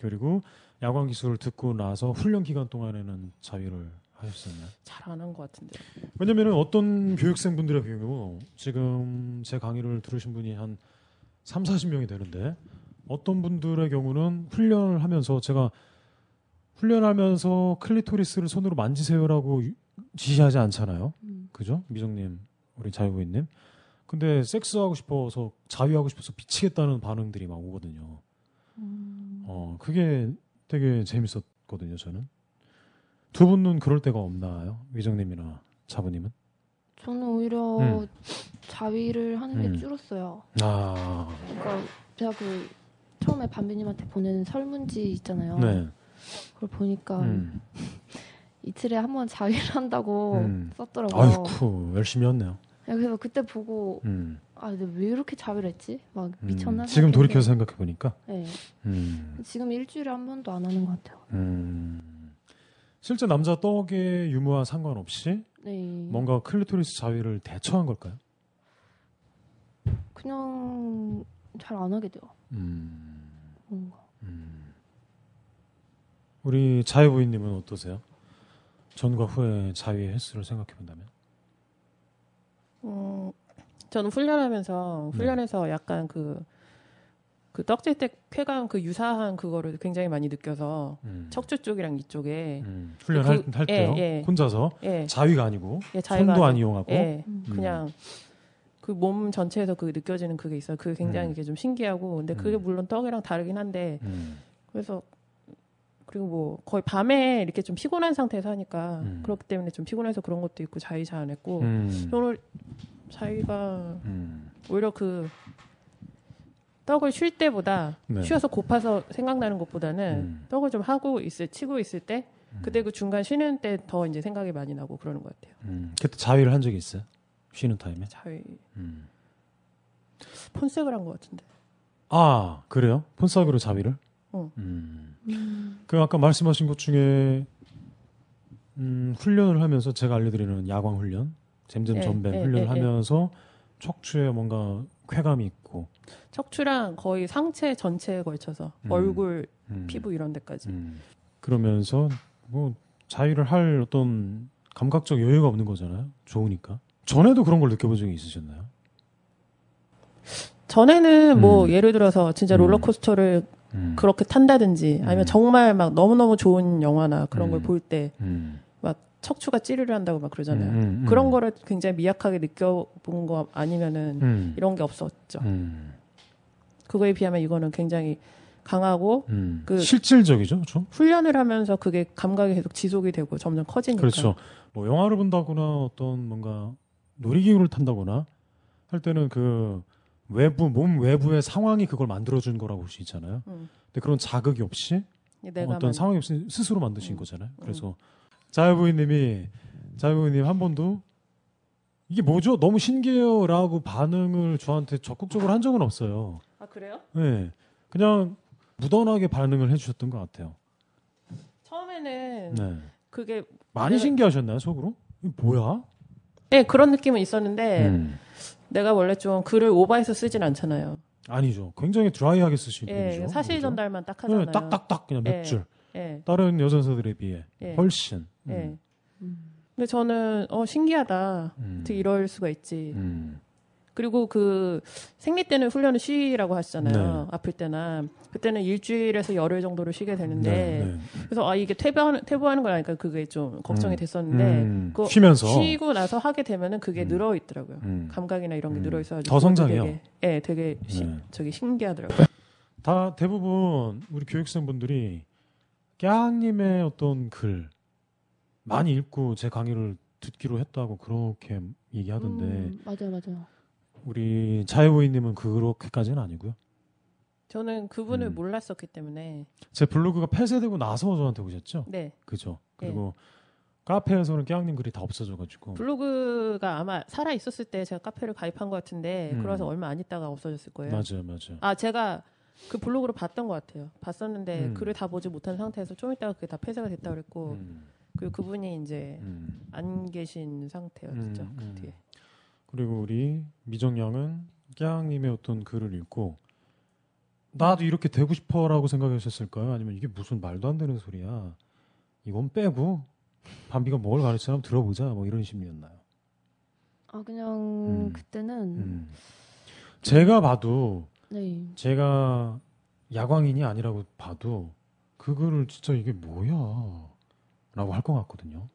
C: 그리고 야광 기술을 듣고 나서 훈련 기간 동안에는 자유를 하셨었나요?
H: 잘 안 한 것 같은데.
C: 왜냐면은 어떤 교육생분들의 경우 지금 제 강의를 들으신 분이 한 3, 40명이 되는데 어떤 분들의 경우는 훈련을 하면서 제가 훈련하면서 클리토리스를 손으로 만지세요라고 유- 지시하지 않잖아요. 그죠? 미정님, 우리 자유부인님. 근데 섹스하고 싶어서 자유하고 싶어서 미치겠다는 반응들이 막 오거든요.
F: 음.
C: 어, 그게 되게 재밌었거든요, 저는. 두 분은 그럴 때가 없나요? 미정님이나 자부님은?
F: 저는 오히려
C: 음.
F: 자위를 하는 게
C: 음.
F: 줄었어요.
C: 아,
F: 그러니까 제가 그 처음에 반비님한테 보낸 설문지 있잖아요.
C: 네.
F: 그걸 보니까
C: 음.
F: 이틀에 한 번 자위를 한다고
C: 음.
F: 어, 썼더라고요.
C: 아이쿠, 열심히 했네요.
F: 야, 그래서 그때 보고
C: 음.
F: 아, 내가 왜 이렇게 자위를 했지? 막
C: 음.
F: 미쳤나?
C: 지금
F: 생각했는데.
C: 돌이켜서 생각해 보니까.
F: 네.
C: 음.
F: 지금 일주일에 한 번도 안 하는 것 같아요.
C: 음. 실제 남자 떡의 유무와 상관없이
F: 네.
C: 뭔가 클리토리스 자위를 대처한 걸까요?
F: 그냥 잘 안 하게 돼요.
C: 음.
F: 뭔가.
C: 우리 자유부인님은 어떠세요? 전과 후의 자위의 횟수를 생각해 본다면?
H: 음, 저는 훈련하면서 훈련해서 약간 그, 그 떡질 때 쾌감 그 유사한 그거를 굉장히 많이 느껴서
C: 음.
H: 척추 쪽이랑 이쪽에
C: 훈련할
H: 그-
C: 할 때요.
H: 예, 예.
C: 혼자서
H: 예.
C: 자위가 아니고
H: 예, 자유가
C: 손도 안
H: 아니고,
C: 이용하고
H: 예,
C: 음.
H: 그냥 그 몸 전체에서 그 느껴지는 그게 있어요. 그게
C: 음.
H: 굉장히 이게 좀 신기하고 근데 그게 물론 떡이랑 다르긴 한데
C: 음.
H: 그래서 그리고 뭐 거의 밤에 이렇게 좀 피곤한 상태에서 하니까 그렇기 때문에 좀 피곤해서 그런 것도 있고 자위 잘 안 했고
C: 음.
H: 오늘 자위가
C: 음.
H: 오히려 그 떡을 쉴 때보다
C: 네. 음.
H: 쉬어서 고파서 생각나는 것보다는 떡을 좀 하고 있을 치고 있을 때 그때 그 중간 쉬는 때 더 이제 생각이 많이 나고 그러는 것 같아요.
C: 음. 그때 자위를 한 적이 있어요? 쉬는 타임에?
H: 자위
C: 음.
H: 폰색을 한 것 같은데.
C: 아 그래요? 폰싸기로 자위를?
H: 어.
C: 음. 그 아까 말씀하신 것 중에 음, 훈련을 하면서 제가 알려드리는 야광 훈련, 잼잼
H: 예,
C: 전뱀
H: 예,
C: 훈련을
H: 예,
C: 하면서 척추에 뭔가 쾌감이 있고
H: 척추랑 거의 상체 전체에 걸쳐서
C: 음.
H: 얼굴,
C: 음.
H: 피부 이런 데까지.
C: 그러면서 뭐 자유를 할 어떤 감각적 여유가 없는 거잖아요. 좋으니까. 전에도 그런 걸 느껴본 적이 있으셨나요?
H: 전에는
C: 음.
H: 뭐 예를 들어서 진짜 롤러코스터를 그렇게 탄다든지 아니면
C: 음.
H: 정말 막 너무너무 좋은 영화나 그런 걸 볼 때 막 척추가 찌르를 한다고 막 그러잖아요.
C: 음, 음, 음.
H: 그런 거를 굉장히 미약하게 느껴본 거 아니면은
C: 음.
H: 이런 게 없었죠.
C: 음.
H: 그거에 비하면 이거는 굉장히 강하고
C: 음.
H: 그
C: 실질적이죠, 좀.
H: 훈련을 하면서 그게 감각이 계속 지속이 되고 점점 커지니까.
C: 그렇죠. 뭐 영화를 본다거나 어떤 뭔가 놀이기구를 탄다거나 할 때는 그 외부 몸 외부의 상황이 그걸 만들어준 거라고 볼 수 있잖아요.
H: 음.
C: 근데 그런 자극이 없이
H: 내가 음.
C: 어떤
H: 만-
C: 상황이 없이 스스로 만드신 거잖아요. 그래서 자유부인님이 자유부인님 한 번도 이게 뭐죠? 너무 신기해요라고 반응을 저한테 적극적으로 한 적은 없어요.
H: 아 그래요?
C: 네. 그냥 무던하게 반응을 해주셨던 것 같아요.
H: 처음에는
C: 네.
H: 그게
C: 많이 신기하셨나요, 속으로? 이거 뭐야?
H: 네 그런 느낌은 있었는데
C: 음.
H: 내가 원래 좀 글을 오버해서 쓰진 않잖아요.
C: 아니죠. 굉장히 드라이하게 쓰신
H: 예,
C: 분이죠.
H: 사실 전달만 딱
C: 네,
H: 하잖아요.
C: 딱딱딱 그냥 몇
H: 예,
C: 줄.
H: 예.
C: 다른 여전사들에 비해
H: 예.
C: 훨씬. 음.
H: 예.
C: 음.
H: 근데 저는 어 신기하다. 어떻게 이럴 수가 있지. 그리고 그 생리 때는 훈련을 쉬라고 하시잖아요.
C: 네.
H: 아플 때나 그때는 일주일에서 열흘 정도를 쉬게 되는데
C: 네, 네.
H: 그래서 아 이게 퇴보하는 퇴보하는 거니까 그게 좀 걱정이
C: 음.
H: 됐었는데
C: 음.
H: 그거
C: 쉬면서?
H: 쉬고 나서 하게 되면은 그게 늘어 있더라고요.
C: 음.
H: 감각이나 이런 게 늘어 있어가지고
C: 더 성장해요.
H: 되게, 예, 되게 시-
C: 네.
H: 저기 신기하더라고요.
C: 다 대부분 우리 교육생분들이 깍님의 어떤 글 많이 읽고 제 강의를 듣기로 했다고 그렇게 얘기하던데
D: 음, 맞아요, 맞아요.
C: 우리 자유부인님은 그렇게까지는 아니고요.
H: 저는 그분을
C: 음.
H: 몰랐었기 때문에
C: 제 블로그가 폐쇄되고 나서 저한테 오셨죠?
H: 네
C: 그죠. 그리고 카페에서는 깨양님 글이 다 없어져가지고
H: 블로그가 아마 살아 있었을 때 제가 카페를 가입한 것 같은데
C: 음.
H: 그러서 얼마 안 있다가 없어졌을 거예요.
C: 맞아요, 맞아요.
H: 아 제가 그 블로그를 봤던 것 같아요. 봤었는데
C: 음.
H: 글을 다 보지 못한 상태에서 좀 있다가 그게 다 폐쇄가 됐다 그랬고
C: 음.
H: 그리고 그분이 이제 안 계신 상태였죠
C: 음,
H: 그
C: 음.
H: 뒤에.
C: 그리고 우리 미정양은 깨양님의 어떤 글을 읽고 나도 이렇게 되고 싶어라고 생각하셨을까요? 아니면 이게 무슨 말도 안 되는 소리야? 이건 빼고 밤비가 뭘 가르치나 한번 들어보자 뭐 이런 심리였나요?
D: 아 그냥
C: 음.
D: 그때는
C: 음. 제가 봐도
D: 네.
C: 제가 야광인이 아니라고 봐도 그 글을 진짜 이게 뭐야 라고 할 것 같거든요.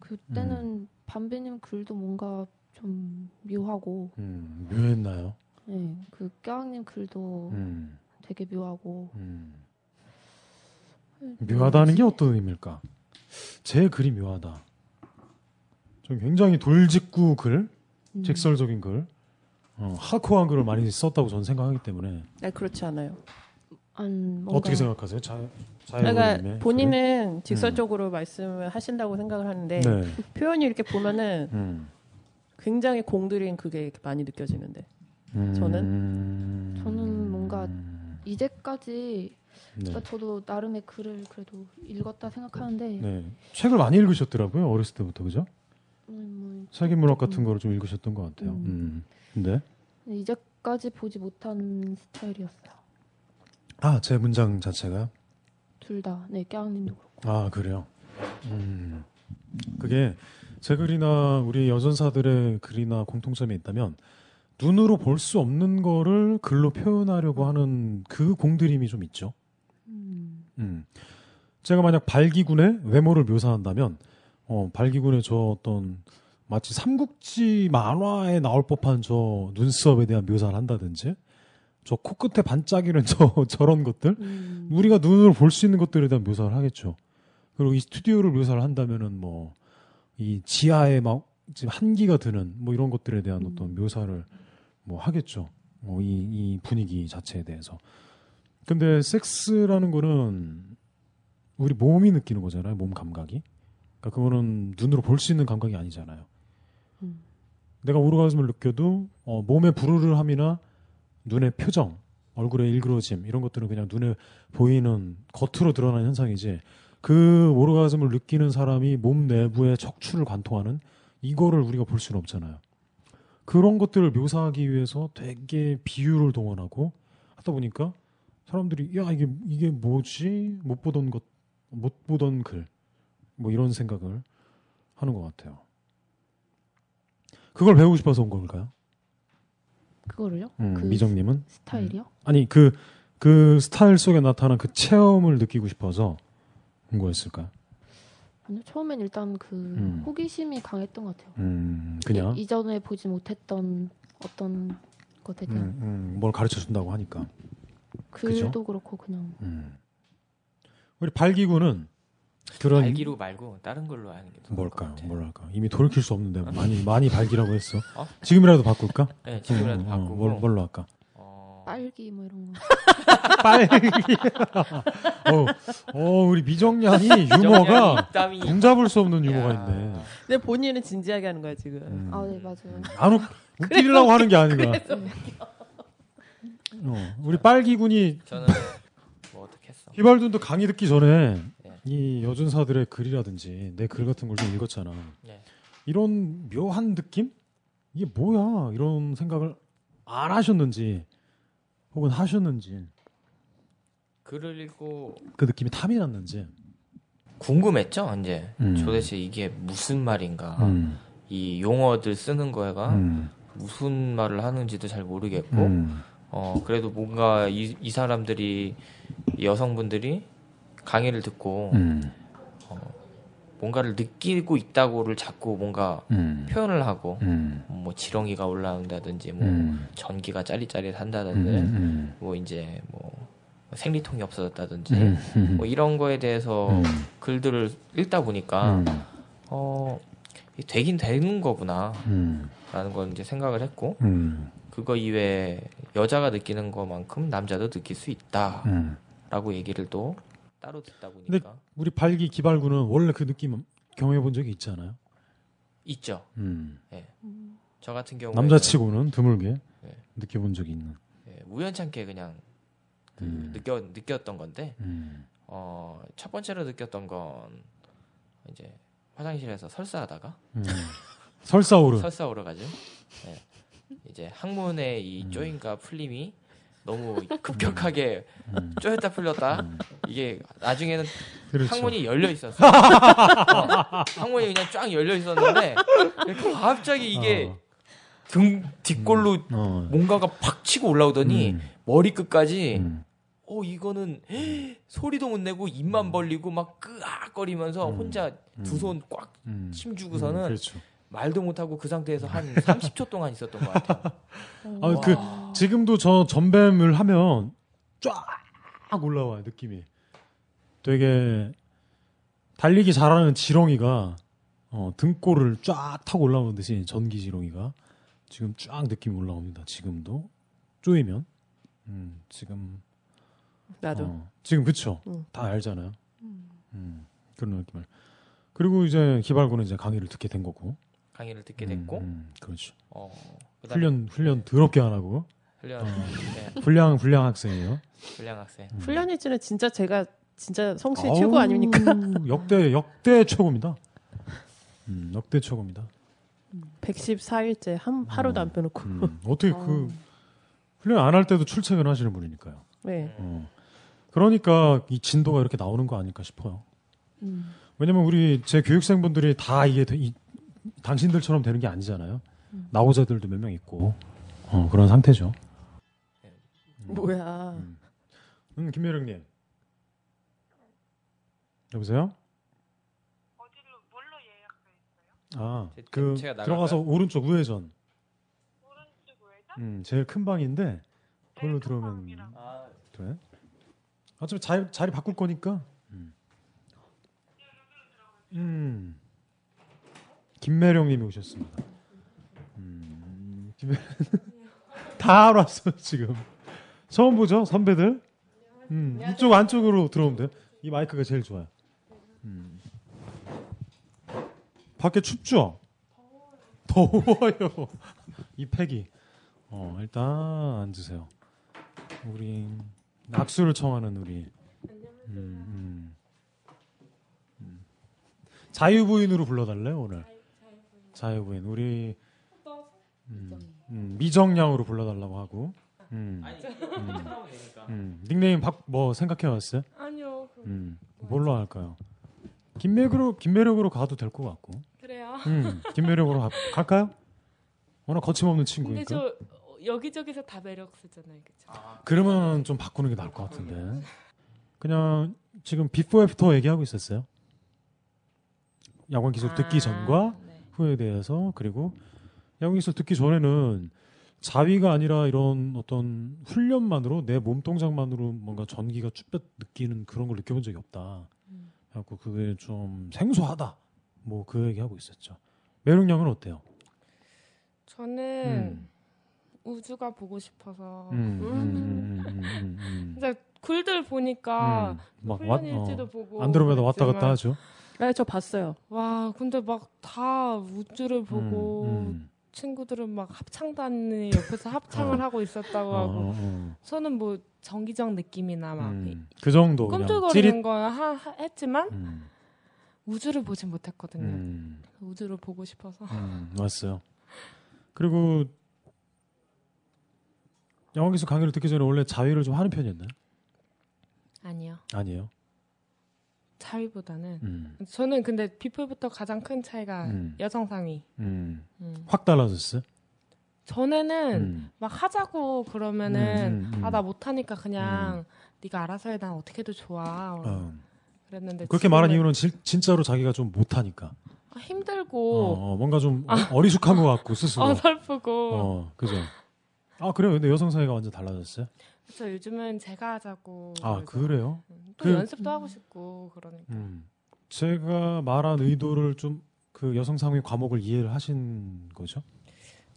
D: 그때는
C: 음.
D: 반비님 글도 뭔가 좀 묘하고,
C: 음, 묘했나요?
D: 네. 그 껴왕님 글도
C: 음,
D: 되게 묘하고.
C: 음.
F: 네.
C: 묘하다는 게 어떤 의미일까? 제 글이 묘하다. 좀 굉장히 돌직구 글,
D: 음.
C: 직설적인 글, 어, 하코한 글을 많이 썼다고 저는 생각하기 때문에
H: 네 그렇지 않아요.
D: 안 뭔가
C: 어떻게 생각하세요? 자,
H: 그러니까
C: 자유님의
H: 본인은 직설적으로 말씀을 하신다고 생각을 하는데
C: 음. 네.
H: 표현이 이렇게 보면은
C: 음.
H: 굉장히 공들인 그게 이렇게 많이 느껴지는데
C: 음. 저는
D: 저는 뭔가 이제까지
C: 음. 네.
D: 그러니까 저도 나름의 글을 그래도 읽었다 생각하는데
C: 네. 책을 많이 읽으셨더라고요 어렸을 때부터 그죠?
D: 음,
C: 세계 문학 같은 거를 좀 읽으셨던 것 같아요. 음. 근데
D: 뭐 이제까지 보지 못한 스타일이었어요.
C: 아 제 문장 자체가요?
D: 둘 다. 네, 깨왕님도 그렇고.
C: 아 그래요. 음. 그게 제 글이나 우리 여전사들의 글이나 공통점이 있다면 눈으로 볼 수 없는 거를 글로 표현하려고 하는 그 공들임이 좀 있죠. 음. 제가 만약 발기군의 외모를 묘사한다면 어, 발기군의 저 어떤 마치 삼국지 만화에 나올 법한 저 눈썹에 대한 묘사를 한다든지 저 코끝에 반짝이는 저 저런 것들 우리가 눈으로 볼 수 있는 것들에 대한 묘사를 하겠죠. 그리고 이 스튜디오를 묘사를 한다면은 뭐 이 지하에 막 지금 한기가 드는 뭐 이런 것들에 대한 어떤 묘사를 뭐 하겠죠. 뭐 이 이 분위기 자체에 대해서. 근데 섹스라는 거는 우리 몸이 느끼는 거잖아요. 몸 감각이. 그러니까 그거는 눈으로 볼 수 있는 감각이 아니잖아요.
D: 음.
C: 내가 오르가즘을 느껴도 어, 몸의 부르르함이나 눈의 표정, 얼굴의 일그러짐 이런 것들은 그냥 눈에 보이는 겉으로 드러나는 현상이지 그 오르가즘을 느끼는 사람이 몸 내부의 척추를 관통하는 이거를 우리가 볼 수는 없잖아요. 그런 것들을 묘사하기 위해서 되게 비유를 동원하고 하다 보니까 사람들이 야 이게 이게 뭐지 못 보던 것 못 보던 글 뭐 이런 생각을 하는 것 같아요. 그걸 배우고 싶어서 온 걸까요?
D: 그거를요?
C: 음,
D: 그
C: 미정님은
D: 스타일이요?
C: 아니 그 그 스타일 속에 나타난 그 체험을 느끼고 싶어서 온 거였을까요?
D: 아니요. 처음엔 일단 그
C: 음.
D: 호기심이 강했던 것 같아요.
C: 음 그냥
D: 이, 전에 보지 못했던 어떤 것에 대한
C: 음, 음, 뭘 가르쳐 준다고 하니까
D: 글도 그렇고 그냥
C: 음. 우리 발기구는 그런
E: 발기로 말고 다른 걸로 하는 게 좋을 것
C: 뭘까요?
E: 같아요.
C: 뭘 할까요? 이미 돌이킬 수 없는데 많이 많이 발기라고 했어.
E: 어?
C: 지금이라도 바꿀까?
E: 네, 지금이라도
C: 음, 어,
E: 바꾸고.
C: 뭘, 뭘로 할까?
E: 어,
D: 빨기 뭐 이런 거.
C: 빨기. 어, 어, 우리 미정양이 유머가
E: 땀이
C: 동잡을 수 없는 유머가
E: 야.
C: 있네.
H: 근데 본인은 진지하게 하는 거야 지금.
C: 음.
D: 아, 네, 맞아요.
C: 안 웃, 웃기려고 하는 게 아니라. 어, 우리 빨기 군이
E: 저는 뭐 어떻게 했어?
C: 휘발둔도 강의 듣기 전에
E: 네.
C: 이 여준사들의 글이라든지 내 글 같은 걸 좀 읽었잖아.
E: 네.
C: 이런 묘한 느낌? 이게 뭐야? 이런 생각을 안 하셨는지 혹은 하셨는지
E: 글을 읽고
C: 그 느낌이 탐이 났는지.
E: 궁금했죠 언제
C: 음.
E: 도대체 이게 무슨 말인가
C: 음.
E: 이 용어들 쓰는 거가
C: 음.
E: 무슨 말을 하는지도 잘 모르겠고
C: 음.
E: 어 그래도 뭔가 이, 이 사람들이 이 여성분들이 강의를 듣고
C: 음.
E: 어, 뭔가를 느끼고 있다고를 자꾸 뭔가
C: 음.
E: 표현을 하고
C: 음.
E: 뭐 지렁이가 올라온다든지 뭐
C: 음.
E: 전기가 짜릿짜릿한다든지
C: 음, 음.
E: 뭐 이제 뭐 생리통이 없어졌다든지
C: 음, 음.
E: 뭐 이런 거에 대해서
C: 음.
E: 글들을 읽다 보니까 어 이게 되긴 되는 거구나
C: 음.
E: 라는 걸 이제 생각을 했고
C: 음.
E: 그거 이외에 여자가 느끼는 것만큼 남자도 느낄 수 있다
C: 음.
E: 라고 얘기를 또 따로 듣다 보니까
C: 근데 우리 발기 기발군은 원래 그 느낌 경험해 본 적이 있잖아요.
E: 있죠
C: 음.
E: 예. 저 같은 경우에
C: 남자치고는 드물게 느껴본 적이 있는.
E: 예, 우연찮게 그냥 그 느껴 느꼈던 건데 어, 첫 번째로 느꼈던 건 이제 화장실에서 설사하다가
C: 음. 설사오른.
E: 설사오르 가죠. 예. 이제 항문의 이 쪼임과 풀림이 너무 급격하게 쪼였다 풀렸다 이게 나중에는
C: 그렇죠.
E: 항문이 열려 있었어. 어, 항문이 그냥 쫙 열려 있었는데 갑자기 이게
C: 어.
E: 등 뒷골로 뭔가가 팍 치고 올라오더니 머리 끝까지
C: 음.
E: 어 이거는 소리도 못 내고
C: 음.
E: 입만 벌리고 막 끄악거리면서 혼자 두 손 꽉
C: 음.
E: 침주고서는
C: 음, 그렇죠.
E: 말도 못하고 그 상태에서 한 30초 동안 있었던 것 같아요.
H: 음.
C: 아, 그 지금도 저 전뱀을 하면 쫙 올라와요 느낌이. 되게 달리기 잘하는 지렁이가 어, 등골을 쫙 타고 올라오는 듯이 전기 지렁이가 지금 쫙 느낌이 올라옵니다. 지금도 쪼이면 음, 지금
H: 나도.
C: 어, 지금 그쵸?
H: 응.
C: 다 알잖아요. 음, 그런 느낌을. 그리고 이제 기발군은 이제 강의를 듣게 된 거고
E: 강의를 듣게 됐고
C: 음, 그렇죠.
E: 어, 그다음에 네.
C: 훈련 훈련 더럽게 안 하고
E: 훈련,
C: 어,
E: 네.
C: 불량 불량 학생이에요.
E: 불량 학생
C: 음.
H: 훈련 일지는 진짜 제가 진짜 성취
C: 아우,
H: 최고 아닙니까?
C: 역대 역대 최고입니다. 음, 역대 최고입니다.
H: 114일째 한 하루도 안 빼놓고.
C: 음, 어떻게 그 훈련 안 할 때도 출퇴근 하시는 분이니까요.
H: 네.
C: 어. 그러니까 이 진도가 이렇게 나오는 거 아닐까 싶어요.
H: 음.
C: 왜냐면 우리 제 교육생분들이 다 이게 되- 이- 당신들처럼 되는 게 아니잖아요.
H: 음.
C: 나오자들도 몇 명 있고 어, 그런 상태죠.
H: 뭐야.
C: 음, 김여령님 여보세요? 아,
E: 제-
C: 그
E: 제가 나갈까요?
C: 들어가서 오른쪽 우회전. 오른쪽 우회전? 음, 제일 큰 방인데 그걸로 들어오면
E: 아.
C: 그래? 어차피 자리, 자리 바꿀 거니까. 음. 음. 김매령님이 오셨습니다. 음, 김매... 다 알았어 지금. 처음 보죠 선배들. 음, 이쪽 안쪽으로 들어오면 돼요. 이 마이크가 제일 좋아요. 밖에 춥죠? 더워요. 이 팩이. 어, 일단 앉으세요. 우리 악수를 청하는 우리. 음, 음. 음. 자유부인으로 불러달래 요 오늘. 자유부인 우리 음, 음, 미정양으로 불러달라고 하고. 음, 음, 닉네임 박, 뭐 생각해왔어요?
I: 아니요.
C: 음, 뭘로 할까요? 김매력으로 김매력으로 가도 될 것 같고.
I: 그래요.
C: 음, 김매력으로 가- 갈까요? 워낙 거침없는
I: 근데
C: 친구니까.
I: 저 어, 여기저기서 다 매력 쓰잖아요. 그쵸?
C: 그러면 좀 바꾸는 게 나을 것 같은데. 그냥 지금 비포 애프터 얘기하고 있었어요. 야광 기술
I: 아,
C: 듣기 전과
I: 네.
C: 후에 대해서 그리고 야광 기술 듣기 전에는 자위가 아니라 이런 어떤 훈련만으로 내 몸 동작만으로 뭔가 전기가 쭈뼛 느끼는 그런 걸 느껴본 적이 없다.
I: 음.
C: 그래갖고 그게 좀 생소하다. 뭐 그 얘기하고 있었죠. 매력량은 어때요?
I: 저는 우주가 보고 싶어서.
E: 음.
C: 음, 음, 음, 음.
I: 근데 글들 보니까
C: 음, 막
I: 훈련
C: 왔- 어,
I: 일지도 보고
C: 안드로메다 왔다 갔다
I: 그랬지만
C: 하죠.
H: 네, 저 봤어요.
I: 와, 근데 막 다
C: 음,
I: 우주를 보고 친구들은 막 합창단이 옆에서 합창을 하고 있었다고
C: 어,
I: 하고
C: 어, 어.
I: 저는 뭐 정기적 느낌이나 막
C: 음, 그 정도 그냥
I: 꿈틀거리는
C: 찌릿.
I: 건 하- 하- 했지만
C: 음.
I: 우주를 보진 못했거든요.
C: 음.
I: 우주를 보고 싶어서.
C: 음, 왔어요. 그리고 영화기술 강의를 듣기 전에 원래 자위를 좀 하는 편이었나요?
I: 아니요.
C: 아니에요.
I: 차이보다는
C: 음.
I: 저는 근데 비플부터 가장 큰 차이가
C: 음.
I: 여성 상위.
C: 음.
I: 음.
C: 확 달라졌어요.
I: 전에는
C: 음.
I: 막 하자고 그러면은
C: 음, 음, 음.
I: 아 나 못하니까 그냥 네가 알아서 해난 어떻게도 좋아
C: 어.
I: 그랬는데
C: 그렇게 말한
I: 지금은
C: 이유는 질- 진짜로 자기가 좀 못하니까
I: 아,
C: 어,
I: 힘들고
C: 어, 뭔가 좀 어, 리숙한것 같고 스스로
I: 아. 어, 설프고
C: 어, 그죠 아 그래요 근데 여성 사이가 완전 달라졌어요
I: 네, 그래서 요즘은 제가 하자고
C: 아 그래요
I: 음, 또 연습도 하고 싶고 그러니까
C: 음, 제가 말한 의도를 좀 그 여성 상의 과목을 이해를 하신 거죠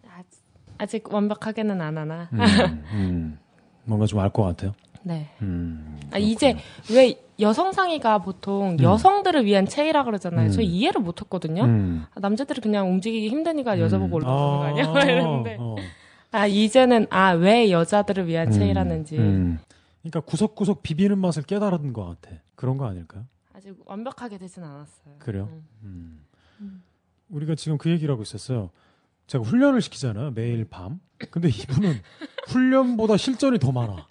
I: 아직, 아직 완벽하게는 안 하나
C: 음, 음. 뭔가 좀 알 것 같아요
I: 네.
C: 음,
I: 아, 이제 왜 여성 상의가 보통
C: 음.
I: 여성들을 위한 체이라 그러잖아요.
C: 음.
I: 저 이해를 못 했거든요.
C: 음.
I: 아, 남자들이 그냥 움직이기 힘드니까 여자 보고 올라가는 거 아니야?
C: 아,
I: 막 이랬는데.
C: 어.
I: 아, 이제는 아, 왜 여자들을 위한 네, 체이라는지
C: 음. 그러니까 구석구석 비비는 맛을 깨달은 것 같아 그런 거 아닐까요
I: 아직 완벽하게 되진 않았어요.
C: 그래요?
I: 음.
C: 우리가 지금 그 얘기를 하고 있었어요. 제가 훈련을 시키잖아요. 매일 밤. 근데 이분은 훈련보다 실전이 더 많아.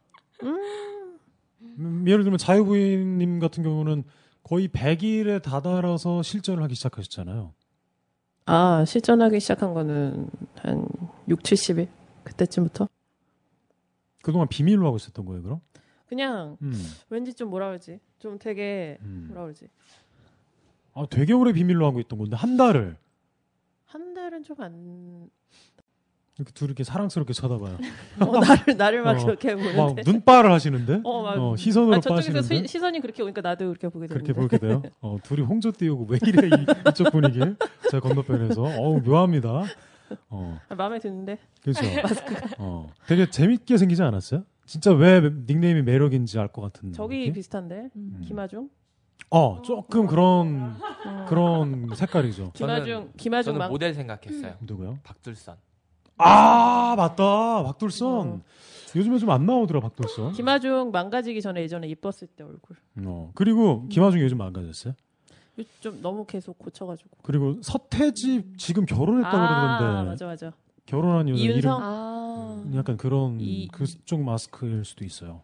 C: 음, 예를 들면 자유부인님 같은 경우는 거의 100일에 다다라서 실전을 하기 시작하셨잖아요.
H: 아, 실전하기 시작한 거는 한 6, 70일? 그때쯤부터?
C: 그동안 비밀로 하고 있었던 거예요, 그럼?
H: 그냥
C: 음.
H: 왠지 좀 뭐라 그러지? 좀 되게 뭐라 그러지?
C: 아, 되게 오래 비밀로 하고 있던 건데 한 달을
H: 한 달은 좀 안
C: 이렇게 둘이 이렇게 사랑스럽게 쳐다봐요.
H: 어, 나를- 나를 막 이렇게 보는데.
C: 막 눈발을 하시는데?
H: 어, 막
C: 시선으로
H: 아,
C: 빠지는데.
H: 저쪽에서 시- 시선이 그렇게 오니까 나도 이렇게 보게 되는데.
C: 그렇게 보게 돼요. 어, 둘이 홍조 띄우고 왜 이래 이, 이쪽 분위기? 제 건너편에서 어우 묘합니다. 어,
H: 아, 마음에 드는데.
C: 그죠.
H: 마스크가.
C: 어, 되게 재밌게 생기지 않았어요? 진짜 왜 닉네임이 매력인지 알 것 같은.
H: 저기 그 비슷한데.
C: 음.
H: 김하중?
C: 어, 조금 그런 그런 색깔이죠.
H: 어. 김하중, 김하중
E: 저는
H: 막-
E: 모델 생각했어요.
C: 누구요?
E: 박둘선.
C: 아 맞다 박돌선. 요즘에 좀 안 나오더라 박돌선.
H: 어. 김하중 망가지기 전에 예전에 이뻤을 때 얼굴.
C: 어, 그리고 김하중 요즘 망가졌어요.
H: 요- 좀 너무 계속 고쳐가지고.
C: 그리고 서태지 지금 결혼했다고
H: 아,
C: 그러던데.
H: 맞아, 맞아.
C: 결혼한 여자
H: 이윤성.
C: 이름
H: 아.
C: 약간 그런
H: 이-
C: 그쪽 마스크일 수도 있어요.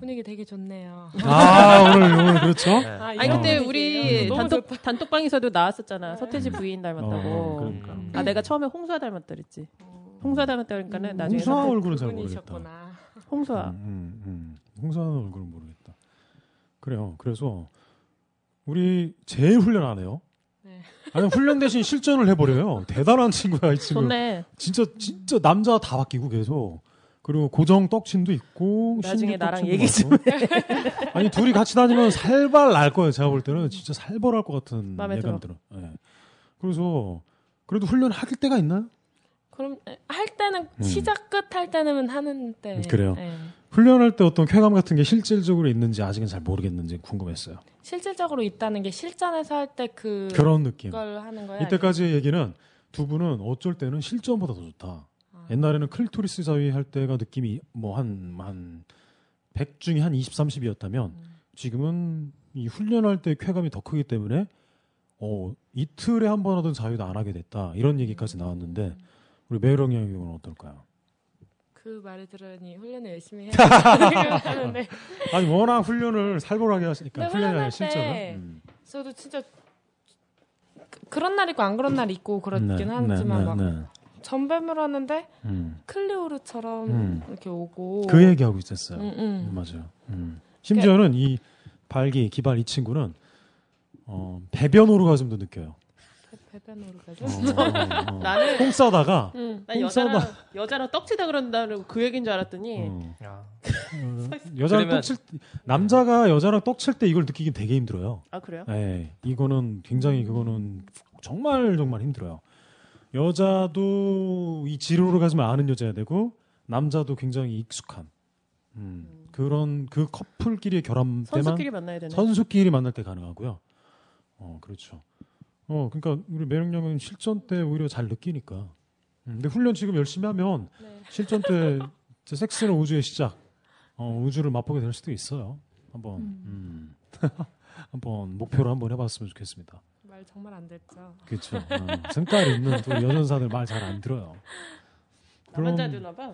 I: 분위기 되게 좋네요.
C: 아 오늘 오늘 그렇죠?
H: 아, 니 근데 우리
I: 음. 너무
H: 단톡 단톡방에서도 나왔었잖아. 서태지 부인 닮았다고.
C: 어, 그러니까.
H: 아 내가 처음에 홍수아 닮았다 그랬지. 홍수아 닮았다
I: 음.
H: 그러니까는 나중에
C: 홍수아
H: 서태-
C: 얼굴은 잘 모르겠다.
H: 홍수아.
C: 음, 음. 홍사는 얼굴은 모르겠다. 그래요. 그래서 우리 제일 훈련 안 해요. 아니 훈련 대신 실전을 해버려요. 대단한 친구야 이 친구.
H: 좋네.
C: 진짜 진짜 남자 다 바뀌고 계속. 그리고 고정 떡친도 있고
H: 나중에
C: 신규
H: 나랑
C: 떡친도
H: 얘기 좀
C: 많고.
H: 해.
C: 아니 둘이 같이 다니면 살발 날 거예요. 제가 볼 때는 진짜 살벌할 것 같은
H: 마음에
C: 예감 들어.
H: 들어.
C: 예. 그래서 그래도 훈련 할 때가 있나요?
I: 그럼 할 때는
C: 음.
I: 시작 끝 할 때는 하는데
C: 그래요.
I: 예.
C: 훈련할 때 어떤 쾌감 같은 게 실질적으로 있는지 아직은 잘 모르겠는지 궁금했어요.
I: 실질적으로 있다는 게 실전에서 할 때그
C: 그런 느낌.
I: 걸 하는 거야.
C: 이때까지의 얘기는 두 분은 어쩔 때는 실전보다 더 좋다.
I: 아.
C: 옛날에는 클리토리스 자위 할 때가 느낌이 뭐 한 한 100 중에 한 20, 30이었다면
I: 음.
C: 지금은 이 훈련할 때 쾌감이 더 크기 때문에 어, 이틀에 한 번 하던 자유도 안 하게 됐다. 이런 얘기까지 나왔는데
I: 음.
C: 우리 매력 양의 경우는 어떨까요?
I: 그 말을 들으니 훈련을 열심히 해야 하는데
C: 아, 아니 워낙 훈련을 살벌하게
I: 네,
C: 하시니까 훈련이 아니라 실전을 음.
I: 저도 진짜 그- 그런 날 있고 안 그런 날 있고 그렇긴
C: 네,
I: 하지만
C: 네,
I: 막뭐
C: 네, 네.
I: 전뱀을 하는데
C: 음.
I: 클리오르처럼
C: 음.
I: 이렇게 오고
C: 그 얘기하고 있었어요.
I: 음, 음.
C: 맞아요. 음. 심지어는 이 발기 기발 이 친구는 어, 배변 오르가즘도 느껴요.
I: 배변 오르가즘
C: 어, 어.
H: 나는
C: 똥 싸다가
H: 응, 나
C: 똥
H: 여자랑
C: 싸다.
H: 여자랑 떡치다 그런다는 그 얘긴 줄 알았더니
C: 어.
I: 아.
C: 여자랑
H: 그러면-
C: 떡칠 때- 남자가 여자랑 떡칠 때 이걸 느끼긴 되게 힘들어요.
H: 아, 그래요?
C: 네, 이거는 굉장히 그거는 정말 정말 힘들어요. 여자도 이 지루로 가지면 아는 여자야 되고 남자도 굉장히 익숙한 음, 그런 그 커플끼리의 결함 때만
H: 선수끼리 만나야 되네.
C: 선수끼리 만날 때 가능하고요. 어 그렇죠. 어 그러니까 우리 매력량은 실전 때 오히려 잘 느끼니까. 음, 근데 훈련 지금 열심히 하면
H: 네.
C: 실전 때 진짜 섹스는 우주의 시작. 어, 우주를 맛보게 될 수도 있어요. 한번 음. 한번 목표로 한번 해봤으면 좋겠습니다.
I: 말 정말 안 됐죠.
C: 그렇죠. 어, 성깔 있는 또 여전사들 말 잘 안 들어요.
H: 나만 잘 듣나 봐.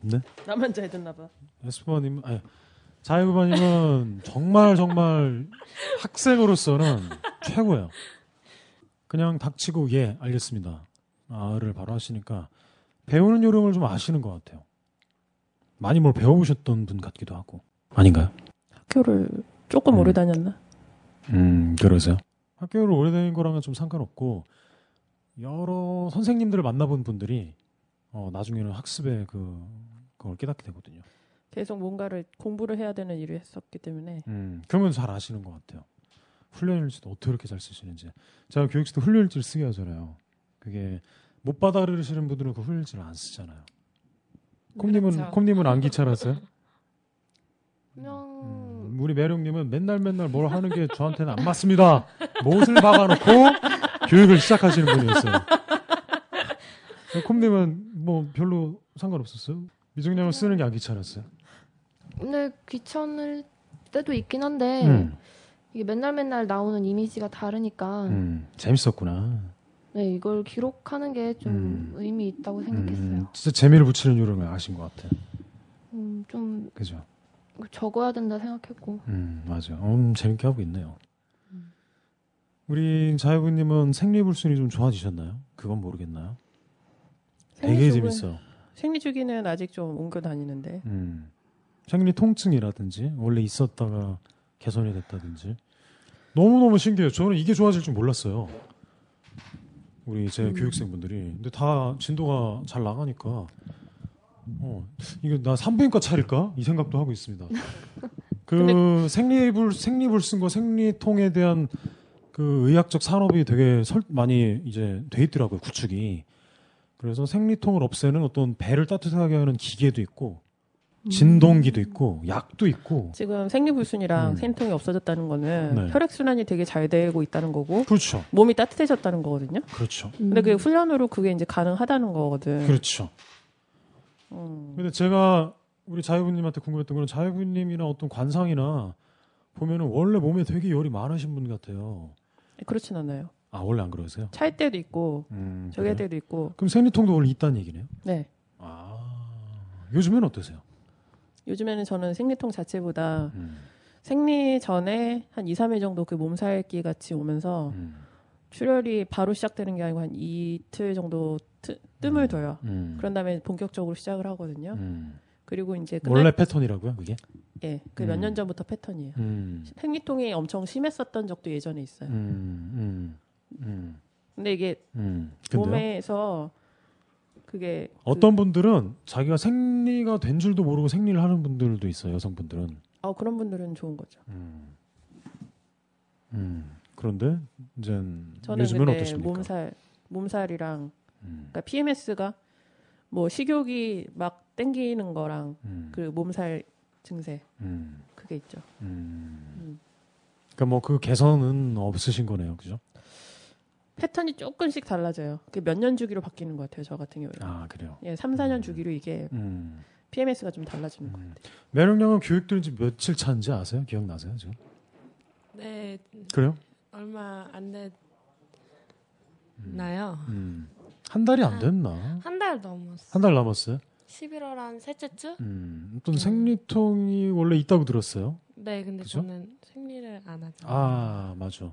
C: 네.
H: 나만 잘 듣나 봐.
C: 에스파님, 아니, 자유구반님은 정말 정말 학생으로서는 최고예요. 그냥 닥치고 예 알겠습니다. 아를 바로 하시니까 배우는 요령을 좀 아시는 것 같아요. 많이 뭘 배워보셨던 분 같기도 하고 아닌가요?
H: 학교를 조금 오래 다녔나?
C: 음 그러세요? 학교를 오래 다닌 거랑은 좀 상관없고 여러 선생님들을 만나본 분들이 어, 나중에는 학습에 그 그걸 깨닫게 되거든요.
H: 계속 뭔가를 공부를 해야 되는 일을 했었기 때문에
C: 음, 그러면 잘 아시는 것 같아요. 훈련일지도 어떻게 잘 쓰시는지. 제가 교육지도 훈련일지를 쓰게 하잖아요. 그게 못 받아들이시는 분들은 그 훈련일지를 안 쓰잖아요. 콤님은
I: 그렇죠.
C: 콤님은 안 귀찮았어요?
I: 그냥
C: 음, 우리 매력님은 맨날 맨날 뭘 하는 게 저한테는 안 맞습니다. 못을 박아놓고 교육을 시작하시는 분이었어요. 콤님은 뭐 별로 상관없었어요?
I: 네.
C: 미정량을 쓰는 게 안 귀찮았어요?
F: 근데 귀찮을 때도 있긴 한데
C: 음.
F: 이게 맨날 맨날 나오는 이미지가 다르니까
C: 음, 재밌었구나.
F: 네, 이걸 기록하는 게 좀 의미 있다고 생각했어요.
C: 음, 진짜 재미를 붙이는 요령을 아신 것 같아요.
F: 음, 좀
C: 그죠?
F: 적어야 된다 생각했고
C: 음, 맞아요. 음, 재밌게 하고 있네요. 음. 우리 자유부님은 생리불순이 좀 좋아지셨나요? 그건 모르겠나요? 되게
H: 생리주기는-
C: 재밌어.
H: 생리주기는 아직 좀 옮겨 다니는데
C: 음. 생리 통증이라든지 원래 있었다가 개선이 됐다든지 너무너무 신기해요. 저는 이게 좋아질 줄 몰랐어요. 우리 제
J: 음.
C: 교육생분들이 근데 다 진도가 잘 나가니까 어, 이거 나 산부인과 차릴까? 이 생각도 하고 있습니다. 그 생리불 생리불순과 생리통에 대한 그 의학적 산업이 되게 설- 많이 이제 돼 있더라고요 구축이. 그래서 생리통을 없애는 어떤 배를 따뜻하게 하는 기계도 있고 진동기도 있고 약도 있고.
H: 지금 생리불순이랑
C: 음.
H: 생통이 없어졌다는 거는
C: 네.
H: 혈액순환이 되게 잘 되고 있다는 거고
C: 그렇죠.
H: 몸이 따뜻해졌다는 거거든요.
C: 그렇죠.
H: 근데 그게 훈련으로 그게 이제 가능하다는 거거든.
C: 그렇죠.
H: 음.
C: 근데 제가 우리 자유부님한테 궁금했던 거는 자유부님이나 어떤 관상이나 보면은 원래 몸에 되게 열이 많으신 분 같아요.
H: 그렇진 않아요.
C: 아 원래 안 그러세요?
H: 찰 때도 있고
C: 음,
H: 저기 할
C: 그래요?
H: 때도 있고
C: 그럼 생리통도 원래 있다는 얘기네요.
H: 네.
C: 요즘엔 어떠세요?
H: 요즘에는 저는 생리통 자체보다
C: 음.
H: 생리 전에 한 2, 3일 정도 그 몸살기 같이 오면서
C: 음.
H: 출혈이 바로 시작되는 게 아니고 한 이틀 정도 트- 뜸을 둬요.
C: 음.
H: 그런 다음에 본격적으로 시작을 하거든요. 그리고 이제 끝날-
C: 원래 패턴이라고요, 그게?
H: 예, 그 몇
C: 음.
H: 년 전부터 패턴이에요.
C: 음.
H: 생리통이 엄청 심했었던 적도 예전에 있어요.
C: 음, 음, 음.
H: 근데 이게
C: 음, 근데요?
H: 몸에서 그게
C: 어떤 분들은 자기가 생리가 된 줄도 모르고 생리를 하는 분들도 있어요, 여성분들은.
H: 아 그런 분들은 좋은 거죠.
C: 음. 그런데 이제
H: 저는
C: 요즘은
H: 근데 뭐
C: 어떠십니까? 음.
H: 몸살 몸살이랑 그러니까 PMS가 뭐 식욕이 막 땡기는 거랑 그 몸살 증세
C: 음.
H: 그게 있죠. 음.
C: 그러니까 뭐 그 개선은 없으신 거네요, 그죠?
H: 패턴이 조금씩 달라져요. 그게 몇 년 주기로 바뀌는 것 같아요. 저 같은 경우에.
C: 아 그래요.
H: 예, 3, 4년 주기로 이게
C: 음.
H: PMS가 좀 달라지는 것 같아요.
C: 매력량은 교육들은 지금 며칠 차인지 아세요? 기억나세요, 지금?
I: 네.
C: 그래요?
I: 얼마 안 됐나요?
C: 음. 한 달이 안 됐나?
I: 한 달 넘었어.
C: 한 달 남았어요?
I: 11월 한 셋째 주?
C: 음. 어떤 생리통이 원래 있다고 들었어요.
I: 네, 근데
C: 그죠?
I: 저는 생리를 안 하죠.
C: 아, 맞아.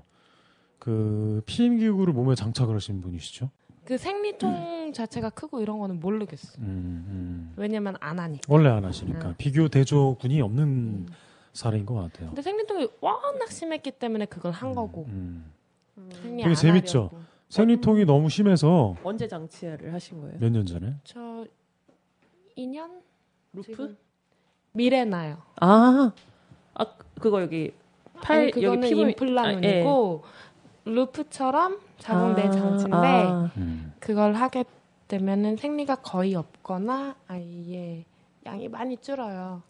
C: 그 피임 기구를 몸에 장착을 하신 분이시죠?
I: 그 생리통 자체가 크고 이런 거는 모르겠어.
C: 음, 음. 어.
I: 왜냐면 안 하니까.
C: 원래 안 하시니까
I: 음.
C: 비교 대조군이 없는 사례인 것 같아요.
I: 근데 생리통이 워낙 심했기 때문에 그걸 한 거고. 생리
C: 음. 되게
I: 안
C: 재밌죠.
I: 하려고.
C: 생리통이 너무 심해서
H: 언제 장치를 하신 거예요?
C: 몇 년 전에
I: 저 2년 루프 미래나요.
H: 아, 아 그거 여기 팔
I: 아니, 그거는
H: 여기 피부 예.
I: 임플란트이고 루프처럼 자궁 내
H: 아,
I: 장치인데
H: 아.
C: 음.
I: 그걸 하게 되면은 생리가 거의 없거나 아예 양이 많이 줄어요.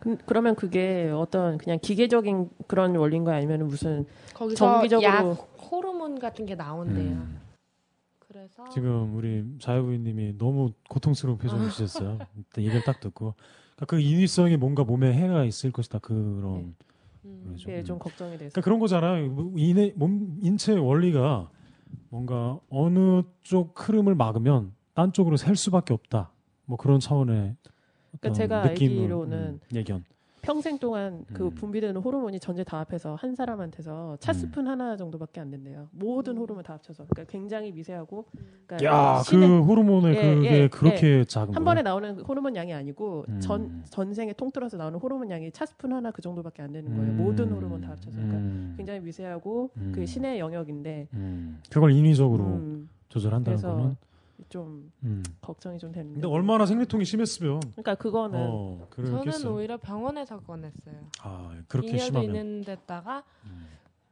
H: 그, 그러면 그게 어떤 그냥 기계적인 그런 원리인가요? 아니면 무슨
I: 거기서
H: 정기적으로
I: 약 호르몬 같은 게 나온대요. 아.
C: 지금 우리 자유부인님이 너무 고통스러운
I: 아.
C: 표정을 지셨어요. 일단 얘기를 딱 듣고 그러니까 그 인위성이 뭔가 몸에 해가 있을 것이다
I: 네.
C: 그런
H: 그게 예, 좀 걱정이 돼서
C: 그러니까 그런 거잖아요. 뭐 인의 몸 인체의 원리가 뭔가 어느 쪽 흐름을 막으면 딴 쪽으로 셀 수밖에 없다. 뭐 그런 차원의
H: 그러니까
C: 어떤
H: 제가
C: 느낌을,
H: 알기로는
C: 음, 음. 예견.
H: 평생 동안 그 분비되는 호르몬이 전제 다 합해서 한 사람한테서 차 스푼 하나 정도밖에 안 된대요. 모든 호르몬 다 합쳐서. 그러니까 굉장히 미세하고. 그러니까
C: 야, 그
H: 신의-
C: 호르몬의
H: 예,
C: 그게
H: 예,
C: 그렇게
H: 예.
C: 작은 거예요?
H: 한 번에 나오는 호르몬 양이 아니고
C: 음.
H: 전 전생에 통틀어서 나오는 호르몬 양이 차 스푼 하나 그 정도밖에 안 되는 거예요.
C: 음.
H: 모든 호르몬 다 합쳐서. 그러니까
C: 음.
H: 굉장히 미세하고
C: 음.
H: 그 신의 영역인데.
C: 음. 그걸 인위적으로
H: 음.
C: 조절한다는
H: 그래서
C: 거는
H: 좀
C: 음.
H: 걱정이 좀 되는데.
C: 근데 얼마나 생리통이 심했으면
H: 그러니까 그거는
C: 어,
I: 저는
C: 그랬겠어요.
I: 오히려 병원에서 꺼냈어요.
C: 아, 그렇게
I: 2년도
C: 심하면. 음.
I: 있는 데다가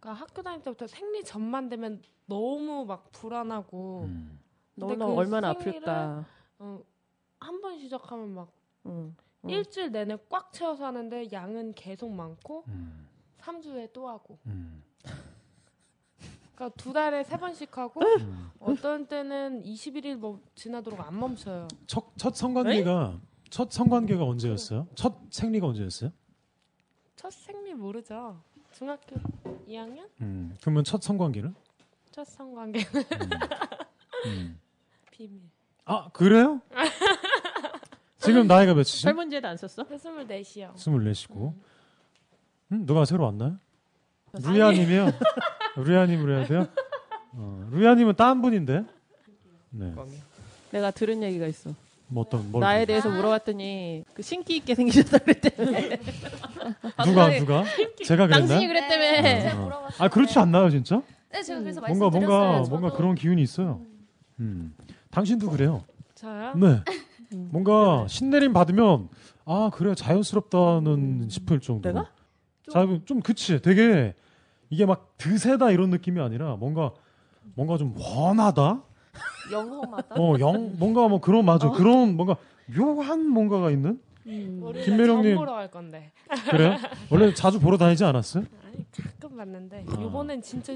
I: 그러니까 학교 다닐 때부터 생리 전만 되면 너무 막 불안하고
C: 음.
I: 근데
H: 너무나
I: 그
H: 얼마나
I: 생리를,
H: 아플까.
I: 어, 한 번 시작하면 막
H: 응. 응.
I: 일주일 내내 꽉 채워서 하는데 양은 계속 많고
C: 음.
I: 삼 3주에 또 하고 그러니까 두 달에 세 번씩 하고 어떤 때는 21일 뭐 지나도록 안 멈춰요
C: 첫, 첫 성관계가
H: 네?
C: 첫 성관계가 언제였어요? 첫 생리가 언제였어요?
I: 첫 생리 모르죠 중학교 2학년?
C: 음. 그러면 첫 성관계는?
I: 첫 성관계는
C: 음.
I: 비밀
C: 아, 그래요? 지금 나이가 몇이지?
H: 설문지에도 안 썼어?
I: 네, 24시요
C: 24시고. 음, 누가 새로 왔나요? 루야님이요? 루야님으로 해야 돼요? 어, 루야님은 딴 분인데? 네.
H: 내가 들은 얘기가 있어.
C: 뭐 어떤, 뭘.
H: 나에 대해서 물어봤더니 그 신기 있게 생기셨다 그랬대.
C: 누가, 누가? 제가 그랬나요?
H: 당신이 그랬다며.
C: 네,
H: 제가
C: 어.
H: 물어봤어요.
C: 아, 그렇지 않나요, 진짜?
K: 네, 제가 그래서
C: 뭔가,
K: 말씀드렸어요.
C: 뭔가,
K: 저도.
C: 뭔가 그런 기운이 있어요. 음. 당신도 그래요.
I: 저요?
C: 네. 뭔가 신내림 받으면 아 그래 자연스럽다는 싶을 정도. 내가? 좀, 좀 그치. 되게 이게 막 드세다 이런 느낌이 아니라 뭔가 뭔가 좀 원하다.
K: 영험하다.
C: 어 영 뭔가 뭐 그런 맞아 그런 뭔가 묘한 뭔가가 있는.
I: 음.
C: 김매령님.
I: 보러 갈 건데
C: 그래요? 원래 자주 보러 다니지 않았어요?
I: 가끔 봤는데
C: 아. 음.
I: 이번엔 진짜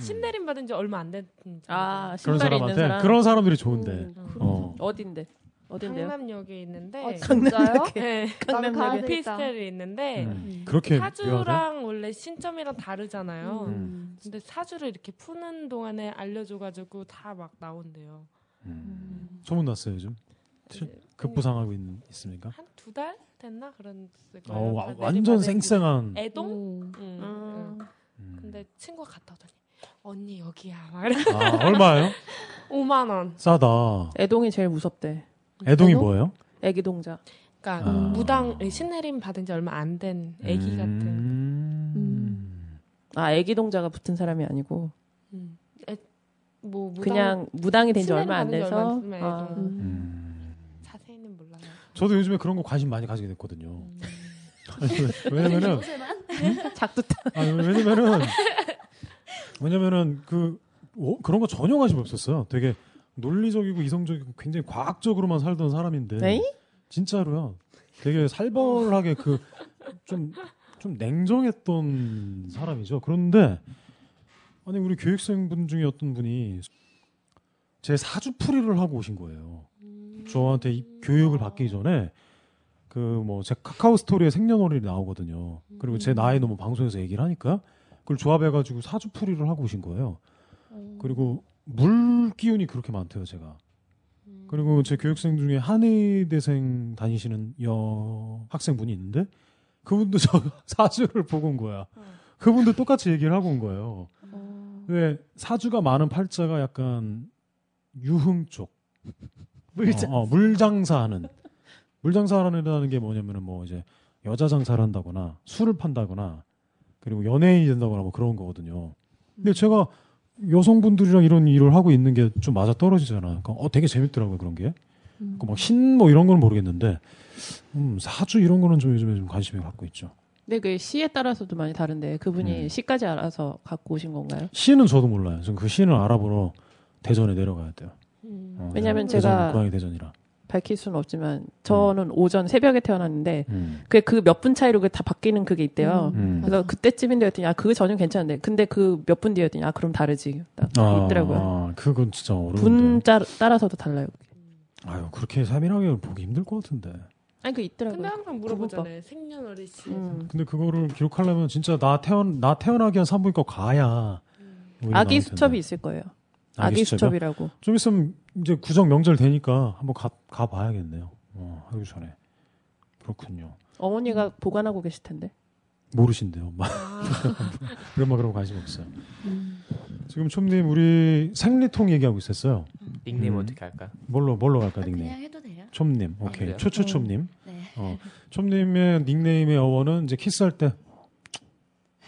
I: 신내림 받은 지 얼마 안 됐는지 음, 아
C: 그런 사람한테 그런 사람들이 좋은데. 어.
H: 어딘데? 어딘데요?
I: 강남역에 있에 있는데
H: 강남역에.
I: 네.
H: 강남역에.
I: 강남역 오피스텔이 있는데
C: 음. 그렇게
I: 사주랑 원래 신점이랑 다르잖아요.
C: 음.
I: 근데 사주를 이렇게 푸는 동안에 알려줘가지고 다 막 나온대요.
C: 소문 났어요 요즘. 급부상하고 있, 있습니까?
I: 두 달 됐나 그랬을
C: 어우,
I: 거예요.
C: 와-
I: 다들.
C: 완전 생생한.
I: 애동. 음,
H: 아.
I: 음. 근데 친구가 갔다 오더니 언니 여기야. 막 이래.
C: 아 얼마예요?
I: 5만 원.
C: 싸다.
H: 애동이 제일 무섭대.
C: 애동이 뭐예요?
H: 애기 동자.
I: 그러니까
C: 아.
I: 무당 신내림 받은 지 얼마 안 된 애기 같은.
H: 아 애기 동자가 붙은 사람이 아니고
I: 애, 음. 뭐 무당,
H: 그냥 무당이 된 지
I: 신내림
H: 얼마 안
I: 받은 지
H: 돼서.
I: 얼마 안
H: 아.
I: 돼서. 음.
C: 음.
I: 자세히는 몰라요.
C: 저도 요즘에 그런 거 관심 많이 가지게 됐거든요. 아니, 왜- 왜냐면은
H: 작두타.
C: 아니, 왜냐면은 왜냐면은 그 어, 그런 거 전혀 관심 없었어요. 되게 논리적이고 이성적이고 굉장히 과학적으로만 살던 사람인데
H: 에이?
C: 진짜로요. 되게 살벌하게 그 좀 좀 냉정했던 사람이죠. 그런데 아니 우리 교육생분 중에 어떤 분이 제 사주풀이를 하고 오신 거예요. 저한테 이- 교육을 받기 전에 그 뭐 제 카카오 스토리에 생년월일이 나오거든요. 그리고 제 나이 너무 방송에서 얘기를 하니까 그걸 조합해가지고 사주풀이를 하고 오신 거예요. 그리고 물 기운이 그렇게 많대요, 제가. 그리고 제 교육생 중에 한의대생 다니시는 여 학생분이 있는데 그분도 저 사주를 보고 온 거야.
G: 어.
C: 그분도 똑같이 얘기를 하고 온 거예요. 왜 사주가 많은 팔자가 약간 유흥 쪽
G: 물장사.
C: 어, 어, 물장사하는 물장사라는 게 뭐냐면은 뭐 이제 여자 장사를 한다거나 술을 판다거나 그리고 연예인이 된다거나 뭐 그런 거거든요.
G: 음.
C: 근데 제가 여성분들이랑 이런 일을 하고 있는 게 좀 맞아 떨어지잖아. 그러니까 어 되게 재밌더라고요 그런 게.
H: 음.
C: 그막신 뭐 이런 건 모르겠는데 음, 사주 이런 거는 좀 요즘에 좀 관심을 갖고 있죠.
H: 근데 그 시에 따라서도 많이 다른데
C: 음.
H: 그분이 시까지 알아서 갖고 오신 건가요?
C: 시는 저도 몰라요. 저는 그 시는 알아보러 대전에 내려가야 돼요. 어,
H: 음. 왜냐면
C: 대전,
H: 제가
C: 고향이 대전이라.
H: 밝힐 수는 없지만 저는 오전 새벽에 태어났는데
C: 음.
H: 그게 그 몇 분 차이로 그게 다 바뀌는 그게 있대요.
C: 음.
H: 그래서 그때쯤인데 했더니 아 그거 전혀 괜찮은데 근데 그 몇 분 뒤에 했더니 아 그럼 다르지 딱
C: 아,
H: 있더라고요.
C: 아, 그건 진짜 어려운데.
H: 분 따, 따라서도 달라요.
C: 아유 그렇게 세밀하게 보기 힘들 것 같은데.
H: 아니 그 있더라고요.
I: 근데 항상 물어보잖아요. 생년월일
H: 음.
I: 씨.
C: 근데 그거를 기록하려면 진짜 나 태어나 태어나기 한 산부인과 가야. 뭐 오히려
H: 아기
C: 나을 텐데.
H: 수첩이 있을 거예요. 아기
C: 수첩이요?
H: 수첩이라고.
C: 좀 있으면 이제 구정 명절 되니까 한번 가, 가봐야겠네요. 어, 하기 전에. 그렇군요.
H: 어머니가 보관하고 계실 텐데.
C: 모르신대요, 엄마.
L: 아.
C: 우리 엄마 그런 거 관심 없어요.
L: 음.
C: 지금 촘님 우리 생리통 얘기하고 있었어요.
M: 닉네임
C: 음.
M: 어떻게 할까요?
C: 뭘로 뭘로 갈까 닉네임?
L: 아, 그냥 해도 돼요?
C: 촘님,
L: 아,
C: 오케이.
L: 그래요?
C: 초초
L: 음.
C: 촘님.
L: 네.
C: 어, 촘님의 닉네임의 어원은 이제 키스할 때.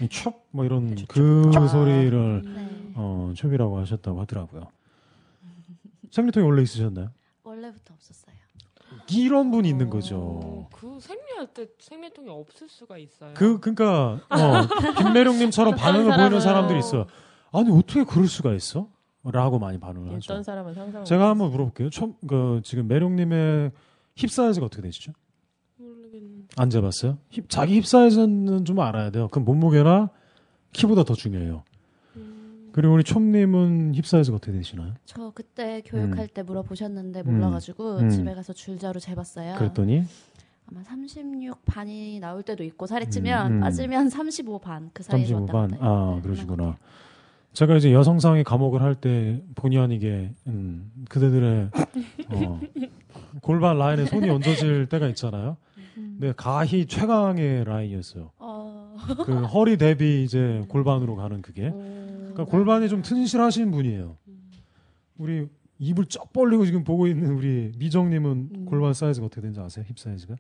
C: 촉뭐
M: 네,
C: 이런 그
L: 아,
C: 소리를
L: 네.
C: 어, 첩이라고 하셨다고 하더라고요. 생리통이 원래 있으셨나요?
K: 원래부터 없었어요.
C: 이런 분이 있는 거죠.
I: 그 생리할 때 생리통이 없을 수가 있어요.
C: 그 그러니까 어, 김매룡님처럼 반응을
H: 어떤
C: 보이는
H: 사람은-
C: 사람들이 있어. 아니 어떻게 그럴 수가 있어? 라고 많이 반응을 하죠.
H: 어떤 사람은 상상.
C: 제가 한번 물어볼게요. 처음 그 지금 매룡님의 힙 사이즈가 어떻게 되시죠? 안 재봤어요? 힙- 자기 힙 사이즈는 좀 알아야 돼요. 그럼 몸무게나 키보다 더 중요해요.
H: 음.
C: 그리고 우리 촘님은 힙 사이즈가 어떻게 되시나요?
K: 저 그때 교육할
C: 음.
K: 때 물어보셨는데
C: 음.
K: 몰라가지고
C: 음.
K: 집에 가서 줄자로
H: 네.
K: 재봤어요.
C: 그랬더니
K: 아마 36 반이 나올 때도 있고 살이 찌면
C: 음.
K: 맞으면 35 반 그 사이에 왔다
C: 35반.
K: 갔다. 해요.
C: 아 그러시구나. 제가 이제 여성상의 감옥을 할 때 본의 아니게 음, 그대들의 어, 골반 라인에 손이 얹어질 때가 있잖아요. 근데 가히 최강의 라인이었어요.
K: 어.
C: 그
D: 네.
C: 허리 대비 이제 골반으로 가는 그게. 그러니까 골반이 좀 튼실하신 분이에요. 우리 입을 쩍 벌리고 지금 보고 있는 우리 미정님은 골반 사이즈가 어떻게 되는지 아세요? 힙 사이즈가?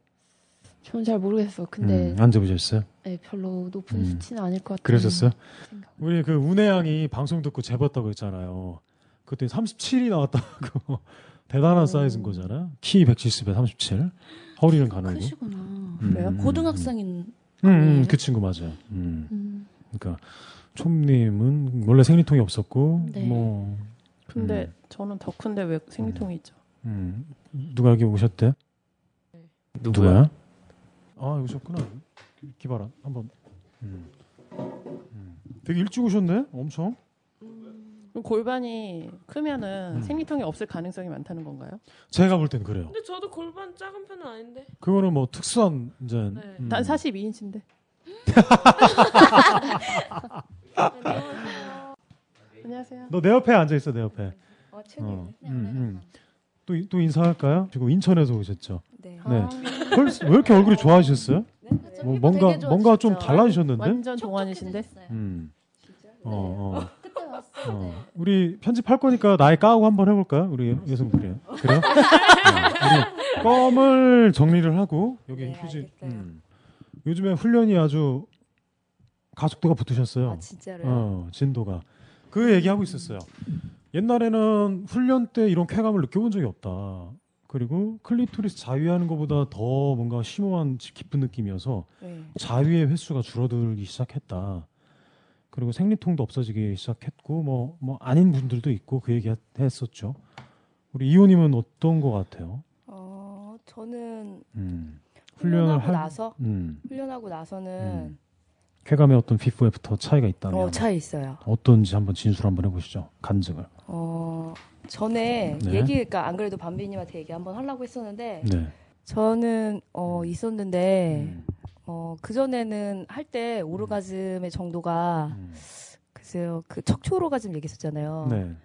F: 저는 잘 모르겠어요. 근데
C: 음, 안 재보셨어요?
F: 네, 별로 높은
C: 음.
F: 수치는 아닐 것 같아요.
C: 그러셨어요? 우리 그 운혜 양이 방송 듣고 재봤다고 했잖아요. 그때 37이 나왔다고 대단한 사이즈인 거잖아요. 키 170에 37, 허리는 가늘고.
K: 크시구나.
C: 음.
K: 그래요? 고등학생인
C: 음, 음, 그 친구 맞아요. 음. 그러니까 촘님은 원래 생리통이 없었고
H: 네.
C: 뭐
H: 근데 저는 더 큰데 왜 생리통이 있죠?
C: 음, 누가 여기 오셨대? 누구야? 아 오셨구나. 기발한 한번. 음. 음. 되게 일찍 오셨네. 엄청.
H: 그럼 골반이 크면은
C: 음.
H: 생리통이 없을 가능성이 많다는 건가요?
C: 제가 볼 땐 그래요.
I: 근데 저도 골반 작은 편은 아닌데.
C: 그거는 뭐 특수한 이제 음.
H: 난 42인치인데. 안녕하세요.
C: 너 내 옆에 앉아 있어 내 옆에.
H: 어,
C: 어, 음, 음. 또, 또 인사할까요? 지금 인천에서 오셨죠?
H: 네.
C: 헐, 왜 이렇게 얼굴이 좋아지셨어요? 뭐, 뭔가 뭔가 좀 달라지셨는데?
H: 완전 동안이신데.
B: 네,
C: 음. 어, 어.
K: 네. 그때 왔을
C: 어. 우리 편집할 거니까 나이 까고 한번 해볼까요? 우리 여성분이요. 그래요? 어, 우리 껌을 정리를 하고 예. 여기 휴지.
N: 네.
C: 음. 요즘에 훈련이 아주 가속도가 붙으셨어요.
N: 아, 진짜로요?
C: 어, 진도가. 그 얘기하고 있었어요. 옛날에는 훈련 때 이런 쾌감을 느껴본 적이 없다. 그리고 클리토리스 자위하는 것보다 더 뭔가 심오한 깊은 느낌이어서
H: 네.
C: 자위의 횟수가 줄어들기 시작했다. 그리고 생리통도 없어지기 시작했고 뭐 뭐 아닌 분들도 있고 그 얘기 했었죠. 우리 이호님은 어떤 것 같아요?
N: 어, 저는
C: 음.
N: 훈련하고
C: 할-
N: 나서
C: 음.
N: 훈련하고 나서는
C: 쾌감의 어떤 비포애프터 차이가 있다면
N: 어, 차이 있어요.
C: 어떤지 한번 진술 한번 해보시죠. 간증을.
N: 어, 전에
C: 네.
N: 얘기 그러니까 안 그래도 밤비님한테 얘기 한번 하려고 했었는데
C: 네. 음.
N: 저는 어, 있었는데 어, 그 전에는 할 때 오르가즘의 정도가 글쎄요 그 척추 오르가즘 얘기했었잖아요.
C: 음. 네.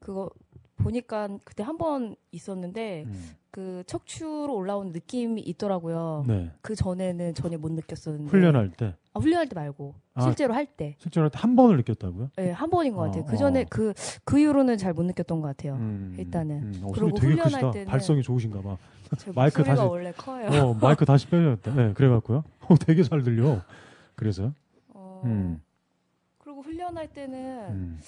N: 그거 보니까 그때 한 번 있었는데
C: 음.
N: 그 척추로 올라온 느낌이 있더라고요.
C: 네.
N: 그 전에는 전혀 못 느꼈었는데
C: 훈련할 때?
N: 아, 훈련할 때 말고
C: 아,
N: 실제로 할 때.
C: 실제로 할 때 한 번을 느꼈다고요?
N: 예, 한 번인 것 같아요.
C: 어,
N: 그 전에 그, 그 이후로는 잘 못 느꼈던 것 같아요.
C: 음,
N: 일단은.
C: 음, 어, 소리
N: 그리고
C: 되게
N: 훈련할
C: 크시다.
N: 때는
C: 발성이 좋으신가 봐.
N: 제
C: 마이크
N: 목소리가
C: 다시
N: 원래 커요.
C: 어, 마이크 다시 빼야겠다. 네, 그래갖고요. 어, 되게 잘 들려. 그래서.
N: 어,
C: 음,
N: 그리고 훈련할 때는
C: 음,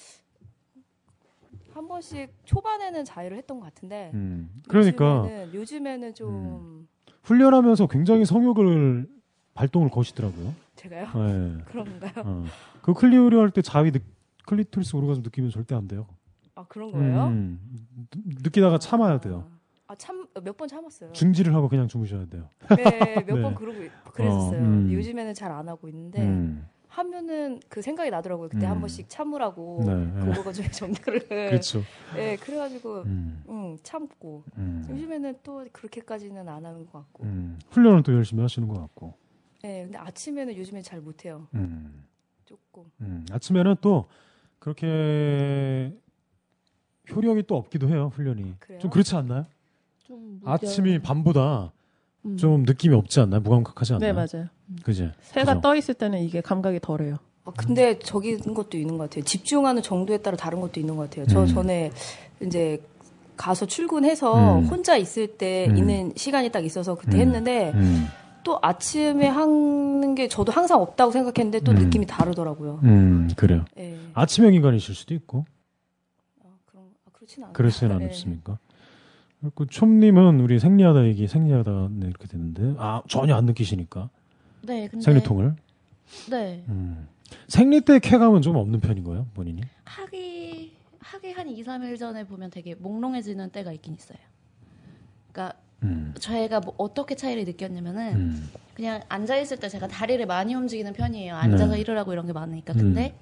N: 한 번씩 초반에는 자유를 했던 것 같은데.
C: 음. 그러니까. 음.
N: 요즘에는, 요즘에는 좀
C: 훈련하면서 굉장히 성욕을 발동을 거시더라고요.
N: 제가요?
C: 네.
N: 그런가요?
C: 어. 그 클리오리 할 때 자위 느, 클리토리스 오르가즘 느끼면 절대 안 돼요.
N: 아 그런 거예요?
C: 음, 음. 느- 느끼다가 참아야 돼요.
N: 아참몇 번 참았어요.
C: 중지를 하고 그냥 주무셔야 돼요.
N: 네, 몇 번 그러고 있- 그랬었어요.
C: 어, 음.
N: 요즘에는 잘 안 하고 있는데
C: 음.
N: 하면은 그 생각이 나더라고요. 그때 한
C: 음.
N: 번씩 참으라고
C: 네, 네.
N: 그거가 좀 정도를.
C: 그렇죠.
N: 네, 그래가지고
C: 음.
N: 음. 참고
C: 음.
N: 요즘에는 또 그렇게까지는 안 하는 것 같고.
C: 음. 훈련을 또 열심히 하시는 것 같고.
N: 네, 근데 아침에는 요즘에 잘 못해요.
C: 음.
N: 조금.
C: 음, 아침에는 또 그렇게 효력이 또 없기도 해요 훈련이. 좀 그렇지 않나요?
H: 좀 뭐-
C: 아침이 밤보다
H: 음.
C: 좀 느낌이 없지 않나요? 무감각하지 않나요?
H: 네, 맞아요.
N: 음.
C: 그지?
H: 새가
C: 그죠?
H: 떠 있을 때는 이게 감각이 덜해요.
C: 음.
N: 아, 근데 저기 있는 것도 있는 것 같아요. 집중하는 정도에 따라 다른 것도 있는 것 같아요. 저
H: 음.
N: 전에 이제 가서 출근해서
L: 음.
N: 혼자 있을 때
L: 음.
N: 있는 시간이 딱 있어서
L: 음.
N: 그때
K: 네.
N: 했는데
L: 음.
N: 또 아침에 하는 게 저도 항상 없다고 생각했는데 또
C: 음.
N: 느낌이 다르더라고요.
C: 음, 그래요.
N: 예.
C: 아침형 인간이실 수도 있고.
N: 아, 그렇진 않아요.
C: 그렇진
N: 네.
C: 않습니까? 그리고 촘님은 우리 생리하다 얘기 생리하다 네, 이렇게 되는데 아 전혀 안 느끼시니까
K: 네, 근데
C: 생리통을
K: 네.
C: 음. 생리 때 쾌감은 좀 없는 편인 거예요 본인이
K: 하기 하기 한 2, 3일 전에 보면 되게 몽롱해지는 때가 있긴 있어요. 그러니까
L: 음.
K: 저희가 뭐 어떻게 차이를 느꼈냐면은 그냥 앉아 있을 때 제가 다리를 많이 움직이는 편이에요. 앉아서
L: 네.
K: 일을 하고 이런 게 많으니까.
L: 음.
K: 근데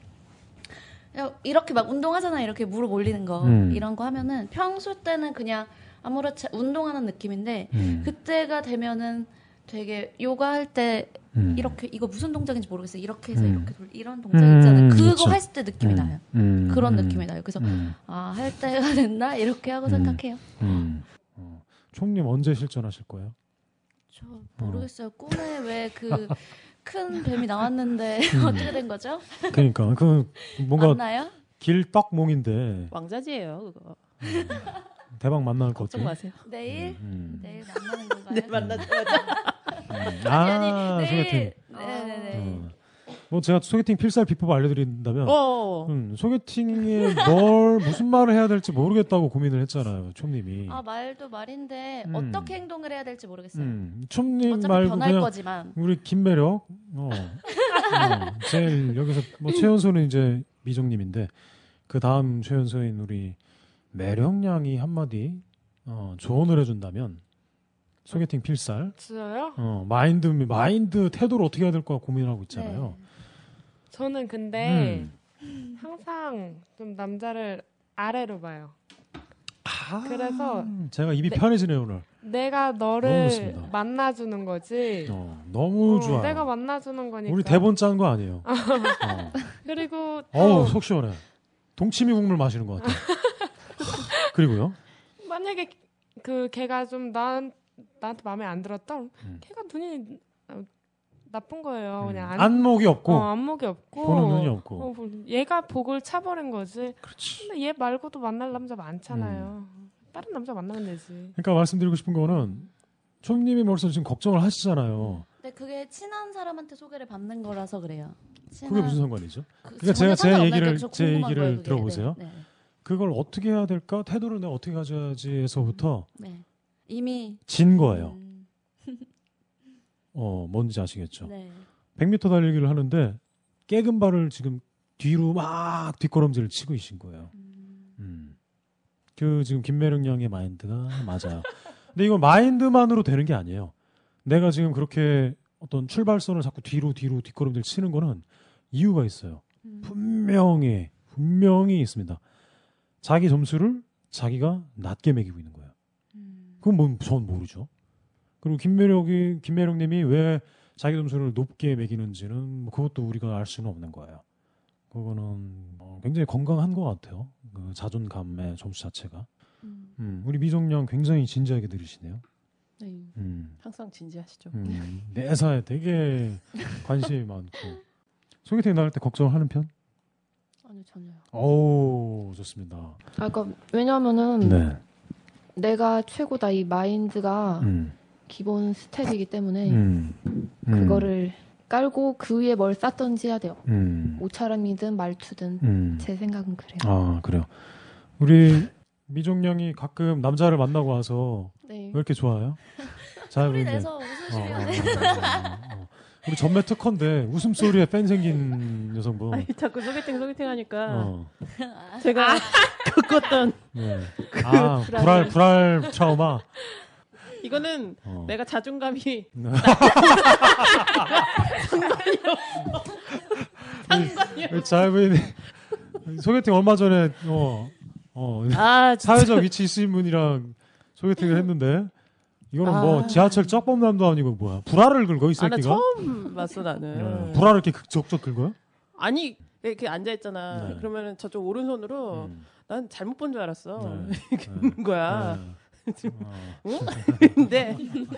K: 그냥 이렇게 막 운동하잖아요. 이렇게 무릎 올리는 거
L: 음.
K: 이런 거 하면은 평소 때는 그냥 아무렇지 운동하는 느낌인데
F: 네.
L: 음.
K: 그때가 되면은 되게 요가 할 때
L: 음.
K: 이렇게 이거 무슨 동작인지 모르겠어요. 이렇게 해서
L: 음.
K: 이렇게 돌 이런 동작
L: 음,
K: 있잖아요. 그거
L: 그쵸.
K: 했을 때 느낌이
L: 음.
K: 나요.
L: 음.
K: 그런
L: 음.
K: 느낌이 나요. 그래서
C: 음.
K: 아 할 때가 됐나 이렇게 하고 생각해요.
C: 음. 어. 촘님 언제 실전하실 거예요?
K: 저 모르겠어요. 꿈에 왜 그 큰 뱀이 나왔는데
C: 음.
K: 어떻게 된 거죠?
C: 그러니까 그 뭔가
K: 맞나요?
C: 길떡몽인데
H: 왕자지예요, 그거.
C: 대박 만날 것
H: 걱정
C: 같아요.
H: 마세요.
K: 내일
C: 음.
K: 내일 만나는 건가요?
H: 네, 만나자마자.
C: 아
K: 아니, 내일.
C: 소개팅.
K: 네네네.
C: 어. 뭐 제가 소개팅 필살 비법 알려드린다면
H: 어어.
C: 음, 소개팅에 뭘 무슨 말을 해야 될지 모르겠다고 고민을 했잖아요 촘님이
K: 아 말도 말인데
C: 음.
K: 네, 어떻게 행동을 해야 될지 모르겠어요.
C: 음, 촘님
K: 어차피
C: 말고
K: 변할
C: 그냥
K: 거지만.
C: 우리 김매력 어. 어, 제일 여기서 뭐 최연소는 이제 미정님인데 그 다음 최연소인 우리 매력량이 한마디 어, 조언을 해준다면 소개팅 필살
I: 저요?
C: 어, 마인드 마인드 태도를 어떻게 해야 될까 고민을 하고 있잖아요.
K: 네.
I: 저는 근데
C: 음.
I: 항상 좀 남자를 아래로 봐요. 그래서
C: 음, 제가 입이
I: 네.
C: 편해지네요 오늘.
I: 내가
C: 너무
I: 너를
C: 좋습니다.
I: 만나주는 거지.
C: 어, 너무
I: 어,
C: 좋아요.
I: 내가 만나주는 거니까.
C: 우리 대본 짠 거 아니에요.
I: 그리고 또
C: 어우 속 시원해. 동치미 국물 마시는 것 같아요. 그리고요.
I: 만약에 그 걔가 좀 나, 나한테 마음에 안 들었다. 그럼 걔가 눈이 어, 나쁜 거예요. 그냥 안,
C: 음. 안목이 없고.
I: 어, 안목이 없고
C: 보는 눈이 없고.
I: 어, 뭐, 얘가 복을 차버린 거지. 근데 얘 말고도 만날 남자 많잖아요.
C: 음.
I: 다른 남자 만나면 되지.
C: 그러니까 말씀드리고 싶은 거는 촘님이 벌써 지금 걱정을 하시잖아요.
K: 근데 그게 친한 사람한테 소개를 받는 거라서 그래요.
C: 그게 무슨 상관이죠?
K: 그-
C: 그러니까 제가
K: 전혀
C: 제
K: 상관없나요?
C: 얘기를
K: 그러니까 저
C: 제
K: 궁금한 거예요,
C: 얘기를
K: 그게.
C: 들어보세요.
K: 네, 네.
C: 그걸 어떻게 해야 될까? 태도를 내가 어떻게 가져야지에서부터
K: 네. 이미
C: 진 거예요.
K: 음.
C: 어 뭔지 아시겠죠?
K: 네.
C: 100m 달리기를 하는데 깨금 발을 지금 뒤로 막 뒷걸음질을 치고 계신 거예요. 음. 그 지금 김매령 양의 마인드가 맞아요. 근데 이건 마인드만으로 되는 게 아니에요. 내가 지금 그렇게 어떤 출발선을 자꾸 뒤로 뒤로 뒷걸음질 치는 거는 이유가 있어요.
K: 네.
C: 분명히 분명히 있습니다. 자기 점수를 자기가 낮게 매기고 있는 거예요. 그건 뭐전 모르죠. 그리고 김매력이 김매력님이 왜 자기 점수를 높게 매기는지는 뭐 그것도 우리가 알 수는 없는 거예요. 그거는 어, 굉장히 건강한 것 같아요. 그 자존감의 점수 자체가. 음, 우리 미정양 굉장히 진지하게 들으시네요.
H: 네.
C: 음.
H: 항상 진지하시죠.
C: 음, 매사에 되게 관심이 많고 소개팅 나갈 때 걱정하는 편?
F: 아니요, 전혀요.
C: 오 좋습니다. 네.
F: 아, 그러니까
H: 음.
F: 왜냐면은
H: 네.
F: 내가 최고다 이 마인드가
C: 음.
F: 기본 스텝이기
K: 네.
F: 때문에
C: 음. 음.
F: 그거를 깔고 그 위에 뭘 쌓던지 해야 돼요.
C: 음.
F: 옷차림이든 말투든
C: 음.
F: 제 생각은 그래요.
C: 아 그래요. 우리 미종양이 가끔 남자를 만나고 와서
F: 네.
C: 왜 이렇게 좋아요? 자,
K: 소리
C: 이제-
K: 내서 웃으시면
C: 어,
K: 돼요.
C: 어, 어, 어. 우리 전매 특허인데 웃음소리에 팬 생긴 여성분.
H: 아니 자꾸 소개팅 소개팅 하니까
C: 어.
H: 제가 겪었던
C: 네.
H: 그
C: 아 불알
H: 불안을-
C: 불알 트라우마.
H: 이거는
C: 어.
H: 내가 자존감이
C: 네.
H: 상관이 없어. 상관이
C: 우리
H: 없어.
C: 자유인 소개팅 얼마 전에 어, 어,
H: 아, 진짜. 음.
C: 사회적 위치 있으신 분이랑 소개팅을 했는데 이거는 뭐
H: 아.
C: 지하철 쩍범남도 아니고 뭐야 불알을 긁어 이
H: 아, 나
C: 새끼가.
H: 처음 봤어 나는.
C: 네. 불알을 이렇게 극- 적적 긁어요?
H: 아니 이렇게 앉아 있잖아.
C: 네. 음.
H: 그러면은 저쪽 오른손으로 난 잘못 본 줄 알았어.
C: 네.
H: 이렇게 는 거야. 지금 응? 근데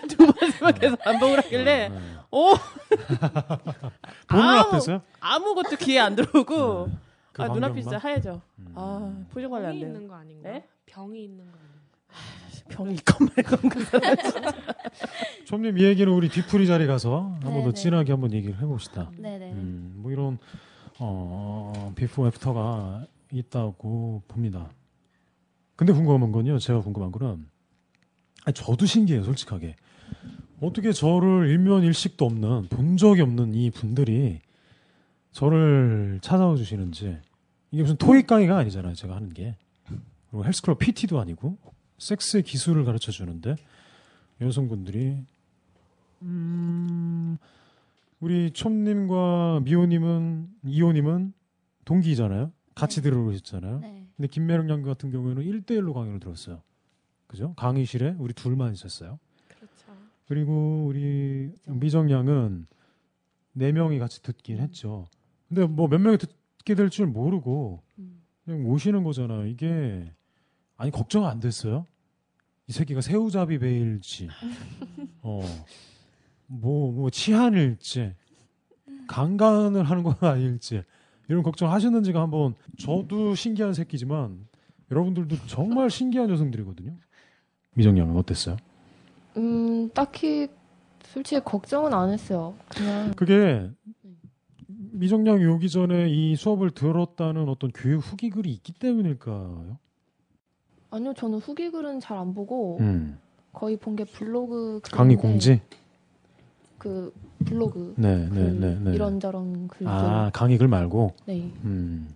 H: 두번 세번 계속 반복을
C: 음,
H: 하길래 오
C: 보는
H: 아무-
C: 앞에서요?
H: 아무것도 귀에 안 들어오고
C: 그
H: 아 눈앞이
C: 광경만? 음.
H: 진짜 하얘져 아 표정 관리 안
I: 병이
H: 돼
I: 있는 거 아닌가? 병이 있는 거 아닌가?
H: 병이 있건 말건 그 사람 진짜
C: 좀님 이 얘기는 우리 뒤풀이 자리 가서 한 번 더
H: 네네.
C: 진하게 한번 얘기를 해봅시다.
K: 네네.
C: 음, 뭐 이런 어, 비포 애프터가 있다고 봅니다. 근데 궁금한 건요. 제가 궁금한 거는 아니, 저도 신기해요, 솔직하게. 어떻게 저를 일면일식도 없는 본 적이 없는 이 분들이 저를 찾아와 주시는지 이게 무슨 토익 강의가 아니잖아요, 제가 하는 게. 그리고 헬스클럽 PT도 아니고 섹스의 기술을 가르쳐 주는데 여성분들이 음, 우리 촘님과 미호님은 이호님은 동기잖아요. 같이 들어오셨잖아요. 근데 김매령 양 같은 경우에는 1대1로 강의를 들었어요. 그죠? 강의실에 우리 둘만 있었어요.
K: 그렇죠.
C: 그리고 우리 미정 양은 네 명이 같이 듣긴 했죠. 근데 뭐 몇 명이 듣게 될 줄 모르고 그냥 오시는 거잖아요. 이게 아니 걱정 안 됐어요? 이 새끼가 새우잡이 배일지 어, 어뭐뭐 치안일지 강간을 하는 건 아닐지 이런 걱정 하셨는지가 한번 저도 신기한 새끼지만 여러분들도 정말 신기한 여성들이거든요. 미정 양은 어땠어요?
F: 음, 딱히 솔직히 걱정은 안 했어요. 그냥
C: 그게
F: 네.
C: 미정 양이 오기 전에 이 수업을 들었다는 어떤 교육 후기 글이 있기 때문일까요?
F: 아니요, 저는 후기 글은 잘 안 보고
C: 음.
F: 거의 본 게 블로그 글인데
C: 강의 공지?
F: 그 블로그
C: 네,
F: 글,
C: 네, 네, 네.
F: 이런저런 글들
C: 아 강의 글 말고.
F: 네.
C: 음.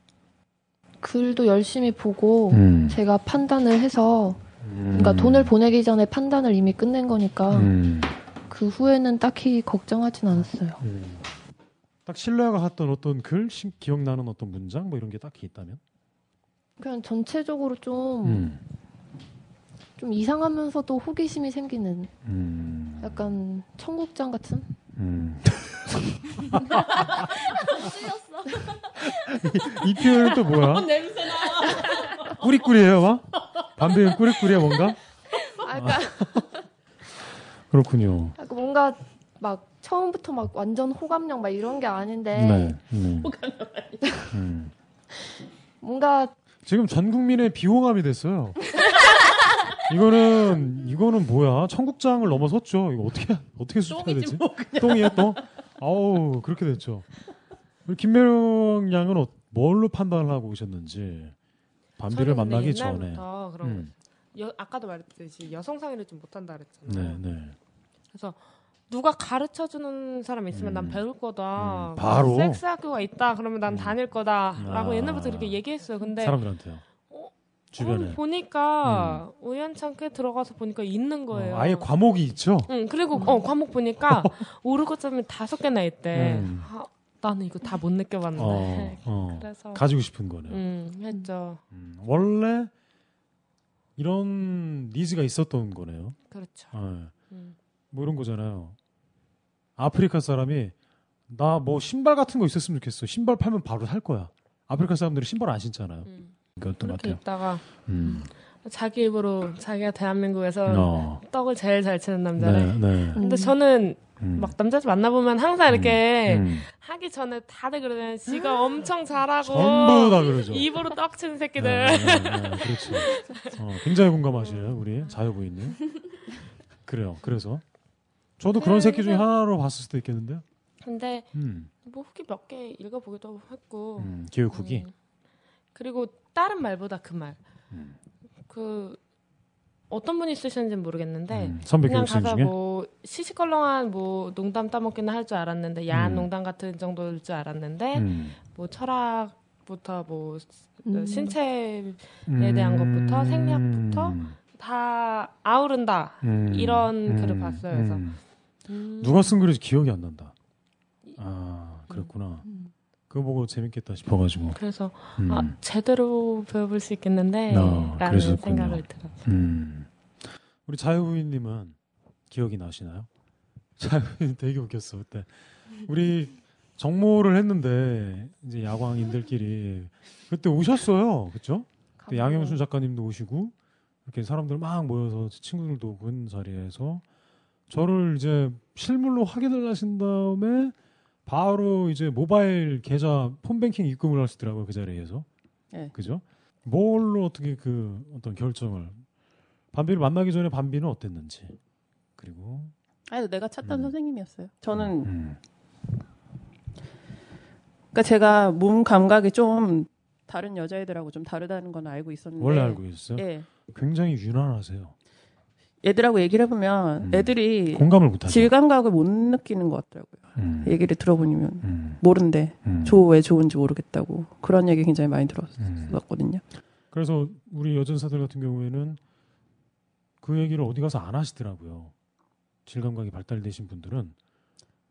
F: 글도 열심히 보고
C: 음.
F: 제가 판단을 해서
C: 음.
F: 그러니까 돈을 보내기 전에 판단을 이미 끝낸 거니까
C: 음.
F: 그 후에는 딱히 걱정하진 않았어요.
C: 음. 딱 신뢰가 갔던 어떤 글, 시- 기억나는 어떤 문장 뭐 이런 게 딱히 있다면?
F: 그냥 전체적으로 좀
C: 음.
F: 좀 이상하면서도 호기심이 생기는
C: 음.
F: 약간 청국장 같은?
C: 음.
K: 아, 찔렸어.
C: 이 표현은 또
F: 어,
C: 뭐야?
F: 네.
D: 냄새 나.
C: 꾸리꾸리예요, 와? 반대는 꾸리꾸리야 뭔가?
F: 아까
C: 그렇군요.
F: 약간 아, 뭔가 막 처음부터 막 완전 호감형 막 이런 게 아닌데
C: 네.
F: 어.
C: 네. 음.
F: 뭔가
C: 지금 전 국민의 비호감이 됐어요. 이거는 이거는 뭐야? 청국장을 넘어섰죠. 이거 어떻게 어떻게 수습해야 되지?
I: 뭐
C: 똥이에요, 똥. 아우 그렇게 됐죠. 우리 김매룡 양은 어- 뭘로 판단을 하고 오셨는지 반비를
I: 저는 근데
C: 만나기 전에. 음.
I: 옛날부터 그런 여, 아까도 말했듯이 여성 상의를 좀 못한다 그랬잖아요.
C: 네, 네.
I: 그래서 누가 가르쳐 주는 사람이 있으면 난 배울 거다.
C: 음, 바로? 음.
I: 섹스 학교가 있다. 그러면 난 다닐 거다라고
C: 아.
I: 옛날부터 그렇게 얘기했어요. 근데
C: 사람들한테요. 네. 주변에. 음.
I: 오늘 보니까 우연찮게 들어가서 보니까 있는 거예요.
C: 어, 아예 과목이 있죠.
I: 응, 그리고 어, 과목 보니까 오르고점이 다섯 개나 있대.
C: 음.
I: 아, 나는 이거 다 못 느껴봤는데.
C: 어, 어.
I: 네. 그래서
C: 가지고 싶은 거네요.
I: 음, 했죠.
C: 원래 이런 니즈가 있었던 거네요.
I: 그렇죠.
C: 예.
I: 음.
C: 뭐 이런 거잖아요. 아프리카 사람이 나 뭐 신발 같은 거 있었으면 좋겠어. 신발 팔면 바로 살 거야. 아프리카 사람들이 신발 안 신잖아요. 그것도
I: 음. 그렇게
C: 같아요.
I: 있다가
C: 음.
I: 자기 입으로 자기가 대한민국에서
C: 어.
I: 떡을 제일 잘 치는 남자래.
C: 네, 네.
I: 근데 저는
C: 음.
I: 막 남자 만나보면 항상 이렇게
C: 음.
I: 하기 전에 다들 그러잖아요. 지가 엄청 잘하고
C: 전부 다 그러죠.
I: 입으로 떡 치는
C: 네,
I: 새끼들.
C: 네, 네, 그렇죠. 어, 굉장히 공감하시네요, 우리 자유부인님. 그래요. 그래서 저도 그런
I: 네,
C: 새끼 중에
I: 근데-
C: 하나로 봤을 수도 있겠는데요.
I: 근데
C: 음.
I: 뭐 후기 몇 개 읽어보기도 했고
C: 음, 기획 후기.
I: 그리고 다른 말보다 그 말.
C: 음.
I: 그 어떤 분이 쓰셨는지는 모르겠는데
C: 음, 선배
I: 그냥
C: 교육생
I: 가서
C: 중에?
I: 뭐 시시껄렁한 뭐 농담 따먹기는 할 줄 알았는데 야한
C: 음.
I: 농담 같은 정도일 줄 알았는데
C: 음.
I: 뭐 철학부터 뭐
F: 음.
I: 신체에 대한 것부터 생리학부터 다 아우른다
C: 음.
I: 이런 글을
C: 음.
I: 봤어요. 그래서
C: 음. 누가 쓴 글인지 기억이 안 난다. 아,
I: 음,
C: 그랬구나. 그거 보고 재밌겠다 싶어가지고.
I: 그래서
C: 음.
I: 아, 제대로 배워볼 수 있겠는데
C: 어,
I: 네, 라는
C: 그랬었군요.
I: 생각을 들었어요.
C: 음. 우리 자유부인님은 기억이 나시나요? 자유부인 되게 웃겼어 그때. 우리 정모를 했는데 이제 야광인들끼리 그때 오셨어요, 그렇죠? 양영순 작가님도 오시고 이렇게 사람들 막 모여서 친구들도 그 자리에서 저를 이제 실물로 확인을 하신 다음에 바로 이제 모바일 계좌 폰뱅킹 입금을 하시더라고요 그 자리에서
H: 네.
C: 그죠? 뭘로 어떻게 그 어떤 결정을 반비를 만나기 전에 반비는 어땠는지 그리고
H: 아니 내가
C: 음.
H: 찾던 선생님이었어요. 저는 그러니까 제가 몸 감각이 좀 다른 여자애들하고 좀 다르다는 건 알고 있었는데
C: 원래 알고 있었어요.
H: 네. 예.
C: 굉장히 유난하세요.
H: 애들하고
C: 음.
H: 얘기를 해보면 애들이
C: 공감을 못하죠. 음.
H: 질감각을 못 느끼는 것 같더라고요. 얘기를 들어보면 모른대. 저 왜 좋은지 모르겠다고 그런 얘기 굉장히 많이 들었었거든요.
C: 음. 그래서 우리 여전사들 같은 경우에는 그 얘기를 어디 가서 안 하시더라고요. 질감각이 발달되신 분들은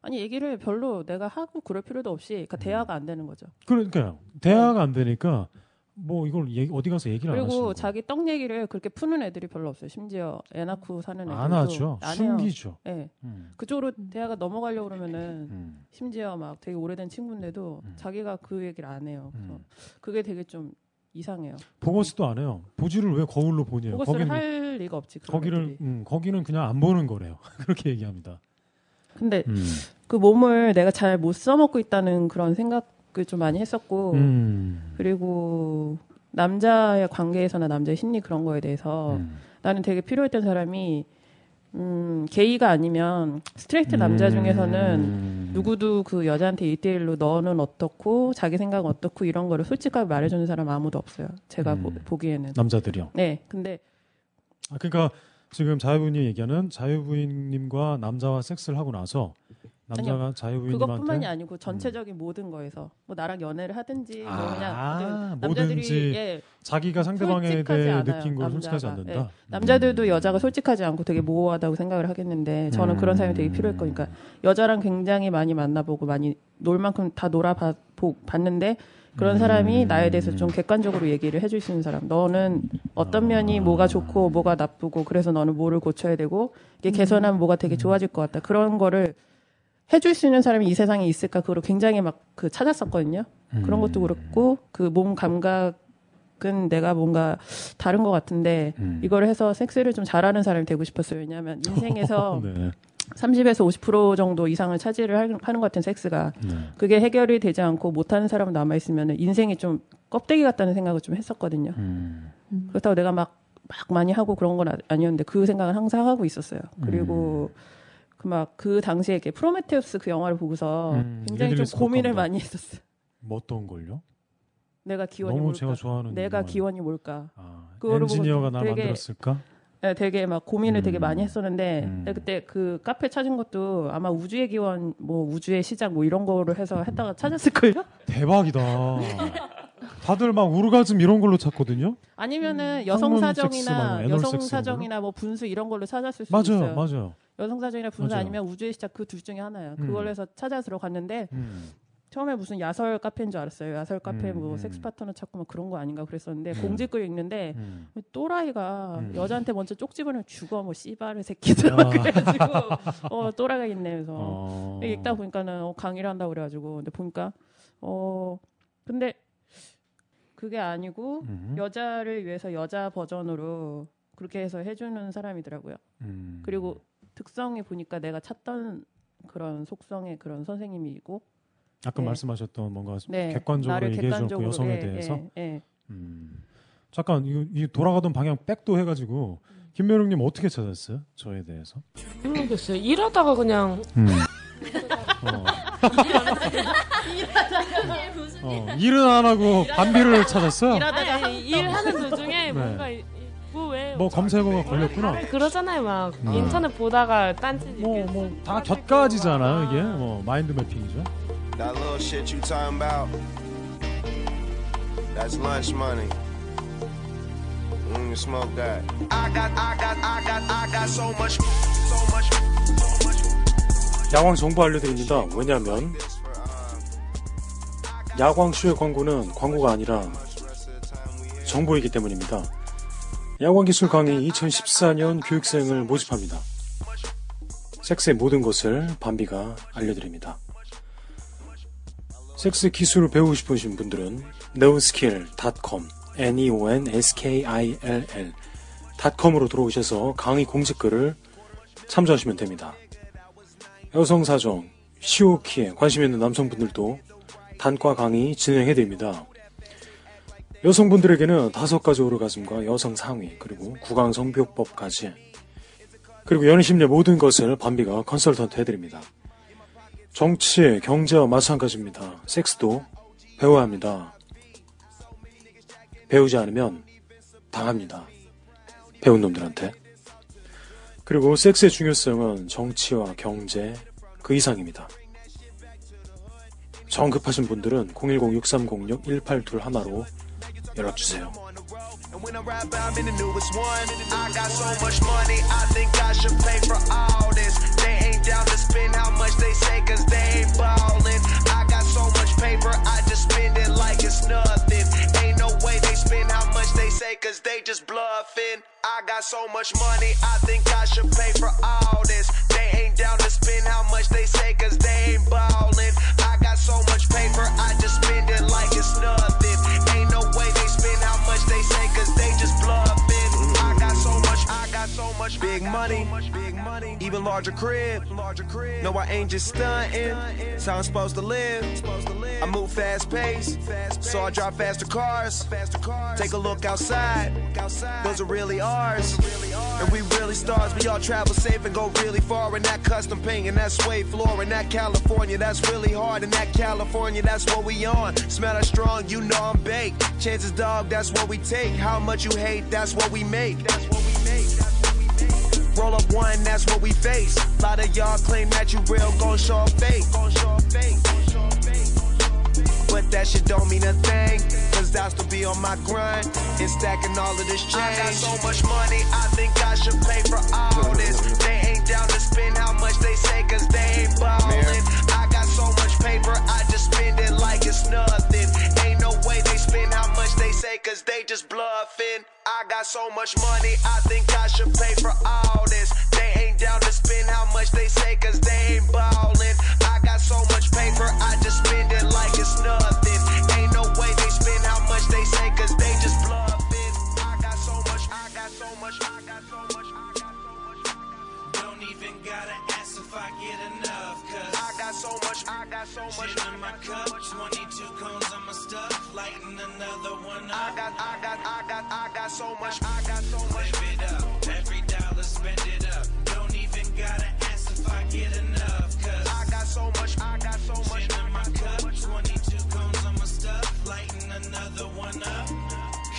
H: 아니 얘기를 별로 내가 하고 그럴 필요도 없이 그러니까
C: 음.
H: 대화가 안 되는 거죠.
C: 그러니까요. 대화가 안 되니까 뭐 이걸 얘기- 어디 가서 얘기를 안 하시는
H: 그리고 자기 떡 얘기를 그렇게 푸는 애들이 별로 없어요. 심지어 애 낳고 사는 애들도
C: 안 하죠.
H: 안 해요.
C: 숨기죠. 음.
H: 예. 그쪽으로 대화가 넘어가려고 그러면은 심지어 막 되게 오래된 친구인데도
C: 음.
H: 자기가 그 얘기를 안 해요. 그래서 그게 되게 좀 이상해요.
C: 보고서도 안 해요. 보지를 왜 예, 거울로 보냐.
H: 보고서를 할 리가 없지, 그런
C: 거기를 음, 거기는 그냥 안 보는 거래요. 그렇게 얘기합니다.
H: 근데
C: 음.
H: 그 몸을 내가 잘 못 써먹고 있다는 그런 생각을 좀 많이 했었고
C: 음.
H: 그리고 남자의 관계에서나 남자의 심리 그런 거에 대해서
C: 음.
H: 나는 되게 필요했던 사람이 음, 게이가 아니면
C: 음.
H: 스트레이트 남자 중에서는 누구도 그 여자한테 일대일로 너는 어떻고 자기 생각은 어떻고 이런 거를 솔직하게 말해주는 사람 아무도 없어요. 제가 보, 기에는
C: 음. 남자들이요?
H: 네. 근데
C: 아, 그러니까 지금 자유부인이 얘기하는 자유부인님과 남자와 섹스를 하고 나서 남자가
H: 아니요. 그것뿐만이
C: 자유부인님한테 음.
H: 아니고 전체적인 모든 거에서 뭐 나랑 연애를 하든지 뭐
C: 아,
H: 그냥 어떤
C: 뭐든지
H: 남자들이 예,
C: 자기가 상대방에
H: 솔직하지
C: 대해
H: 않아요,
C: 느낀 걸 솔직하지
H: 남자가.
C: 않는다.
H: 예. 남자들도 여자가 솔직하지 않고 되게 모호하다고 생각을 하겠는데 저는 그런 사람이 되게 필요할 거니까 여자랑 굉장히 많이 만나보고 많이 놀 만큼 다 놀아봤는데 그런 사람이 나에 대해서 좀 객관적으로 얘기를 해줄 수 있는 사람. 너는 어떤 면이 뭐가 좋고 뭐가 나쁘고 그래서 너는 뭐를 고쳐야 되고 이게 개선하면 뭐가 되게 좋아질 것 같다. 그런 거를 해줄 수 있는 사람이 이 세상에 있을까 그걸 굉장히 막 그 찾았었거든요. 그런
C: 음.
H: 것도 그렇고 그 몸 감각은 내가 뭔가 다른 것 같은데
C: 음.
H: 이걸 해서 섹스를 좀 잘하는 사람이 되고 싶었어요. 왜냐하면 인생에서
C: 네.
H: 30에서 50% 정도 이상을 차지를 할- 하는 것 같은 섹스가
C: 네.
H: 그게 해결이 되지 않고 못하는 사람은 남아 있으면 인생이 좀 껍데기 같다는 생각을 좀 했었거든요.
C: 음.
H: 그렇다고 내가 막, 막 많이 하고 그런 건 아- 아니었는데 그 생각을 항상 하고 있었어요.
C: 음.
H: 그리고 그 막 그 당시에 이렇게 프로메테우스 그 영화를 보고서
C: 음,
H: 굉장히 좀
C: 리들리 스콧
H: 고민을
C: 감독.
H: 많이 했었어요.
C: 뭐 어떤 걸요?
H: 내가 기원이
C: 너무
H: 뭘까?
C: 제가 좋아하는
H: 내가
C: 영화예요.
H: 기원이 뭘까? 그거를 보고
C: 엔지니어가 날
H: 되게-
C: 만들었을까? 음.
H: 네, 되게 막 고민을 되게 많이 했었는데 근데 그때 그 카페 찾은 것도 아마 우주의 기원 뭐 우주의 시작 뭐 이런 거를 해서 했다가 찾았을걸요?
C: 대박이다. 다들 막 우르가즘 이런 걸로 찾거든요.
H: 아니면은
C: 항문
H: 여성
C: 섹스 말고
H: 사정이나
C: 애널
H: 여성
C: 섹스 이런
H: 사정이나 뭐 분수 이런 걸로 찾았을 수도
C: 맞아요,
H: 있어요.
C: 맞아요.
H: 여성 사정이나 분수
C: 맞아요.
H: 아니면 우주의 시작 그 둘 중에 하나야.
C: 음.
H: 그걸 해서 찾아 들어갔는데
C: 음.
H: 처음에 무슨 야설 카페인 줄 알았어요. 야설 카페
C: 음,
H: 뭐
C: 음.
H: 섹스 파트너 찾고 막 그런 거 아닌가 그랬었는데
C: 음.
H: 공지글 읽는데
C: 음.
H: 또라이가
C: 음. 아.
H: 여자한테 먼저 쪽 집어넣으면 죽어 뭐 씨발의 새끼들 막 그래가지고 어 또라이가 있네 그래서
C: 어.
H: 읽다 보니까는 어, 강의를 한다고 그래가지고 근데 보니까 어 근데 그게 아니고
C: 음.
H: 여자를 위해서 여자 버전으로 그렇게 해서 해주는 사람이더라고요.
C: 음.
H: 그리고 특성이 보니까 내가 찾던 그런 속성의 그런 선생님이고
C: 아까
H: 네.
C: 말씀하셨던 뭔가
H: 네,
C: 객관적으로
H: 나를
C: 얘기해 주셨고
H: 객관적으로,
C: 여성에
H: 예,
C: 대해서 음.
H: 예, 예.
C: 잠깐 이거, 이 돌아가던 방향 백도 해가지고
H: 음.
C: 김면웅님 어떻게 찾았어요? 저에 대해서?
I: 그 모르겠어요. 일하다가 그냥
D: 일하다가 무슨
C: 어, 일은 안 하고 반비를 찾았어요?
I: 일하다가 일하는 도중에
C: 네.
I: 뭔가 뭐왜
C: 뭐 검색어가 걸렸구나.
I: 그러잖아요 막
C: 네.
I: 인터넷 보다가 딴짓 뭐,
C: 다 아, 곁가지잖아요 이게 뭐 마인드 매핑이죠.
L: That little shit you talking about, that's lunch money. We can smoke that. I got, I got, I got, I got so much, so much.
O: 야광 정보 알려드립니다. 왜냐하면 야광쇼의 광고는 광고가 아니라 정보이기 때문입니다. 야광기술 강의 2014년 교육생을 모집합니다. 섹스의 모든 것을 반비가 알려드립니다. 섹스 기술을 배우고 싶으신 분들은 neonskill.com, n e o n s k i l l
C: 닷컴으로 들어오셔서 강의 공지글을 참조하시면 됩니다. 여성 사정, 시오키에 관심 있는 남성분들도 단과 강의 진행해드립니다. 여성분들에게는 다섯 가지 오르가즘과 여성 상위, 그리고 구강 성비호법까지, 그리고 연애심리 모든 것을 반비가 컨설턴트 해드립니다. 정치, 경제와 마찬가지입니다. 섹스도 배워야 합니다. 배우지 않으면 당합니다. 배운 놈들한테. 그리고 섹스의 중요성은 정치와 경제 그 이상입니다. 정급하신 분들은 010-6306-1821로 연락주세요.
L: When I ride by, I'm in the newest one. I got so much money, I think I should pay for all this. They ain't down to spend how much they say, cause they ain't ballin'. I got so much paper, I just spend it like it's nothing. Ain't no way they spend how much they say, cause they just bluffin'. I got so much money, I think I should pay for all this. They ain't down to spend how much they say, cause they ain't ballin'. I got so much paper, I just spend it like it's nothing. Ain't no way they spend how much they say, cause they just bluffin'. I got so much, I got so much big money, even larger crib. No, I ain't just stunting. That's how I'm supposed to live. I move fast pace, so I drive faster cars. Take a look outside. Those are really ours, and we really stars. We all travel safe and go really far in that custom paint and that suede floor in that California. That's really hard in that California. That's what we on. Smell that strong, you know I'm baked. Chances, dog, that's what we take. How much you hate, that's what we make. Roll up one, that's what we face. Lot of y'all claim that you real, gon' show up fake. But that shit don't mean a thing, cause I'll still be on my grind and stacking all of this change. I got so much money, I think I should pay for all this. They ain't down to spend how much they say, cause they ain't ballin'. I got so much paper, I just spend it like it's nothing. Ain't no way they spend how much they say, cause they just bluffin'. I got so much money, I think I should pay for all this. They ain't down to spend how much they say, cause they ain't ballin'. I got so much paper, I just spend it like it's nothing. Ain't no way they spend how much they say, cause they just bluffin'. I got so much, I got so much, I got so much, I got so much, I got so much. Don't even gotta ask if I get enough, cause I got so much, I got so much. Gin in my cup, 22 cones on my stuff, lighting another one up. I got, I got, I got, I got so much, I got so much. Live it up, every dollar spend it up. Don't even gotta ask if I get enough, cause I got so much, I got so much. Gin in my cup, 22 cones on my stuff, lighting another one up.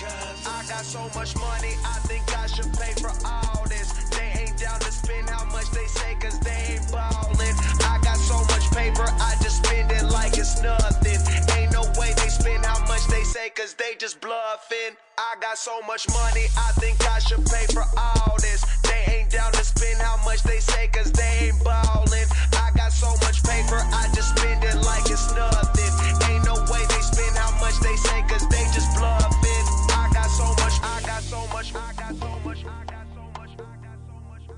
L: Cause I got so much money, I think I should pay for all this. They ain't down to spend how much they say, cause they ain't ballin'. I got so much paper, I just spend it like it's nothing. Ain't no way they spend how much they say, cause they just bluffin'. I got so much money, I think I should pay for all this. They ain't down to spend how much they say, cause they ain't ballin'. I got so much paper, I just spend it like it's nothing. Ain't no way they spend how much they say, cause they just bluffin'. I got so much, I got so much, I got so much, I got so much.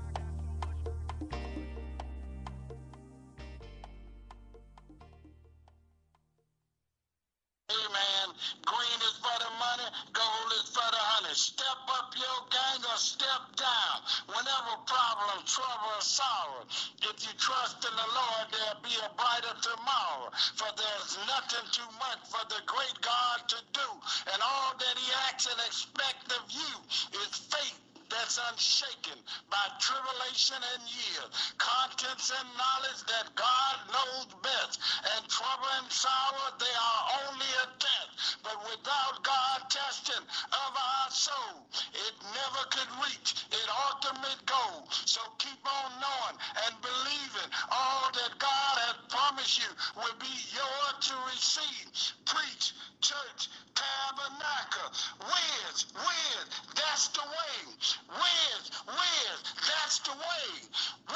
P: Green is for the money, gold is for the honey. Step up your gang or step down. Whenever problem, trouble, or sorrow. If you trust in the Lord, there'll be a brighter tomorrow. For there's nothing too much for the great God to do. And all that he acts and expects of you is faith that's unshaken by tribulation and years, contents and knowledge that God knows best, and trouble and sorrow, they are only a test. But without God testing of our soul, it never could reach its ultimate goal. So keep on knowing and believing all that God has promised you will be yours to receive. Preach, church, tabernacle, whiz, whiz, that's the way. Whiz, whiz, that's the way.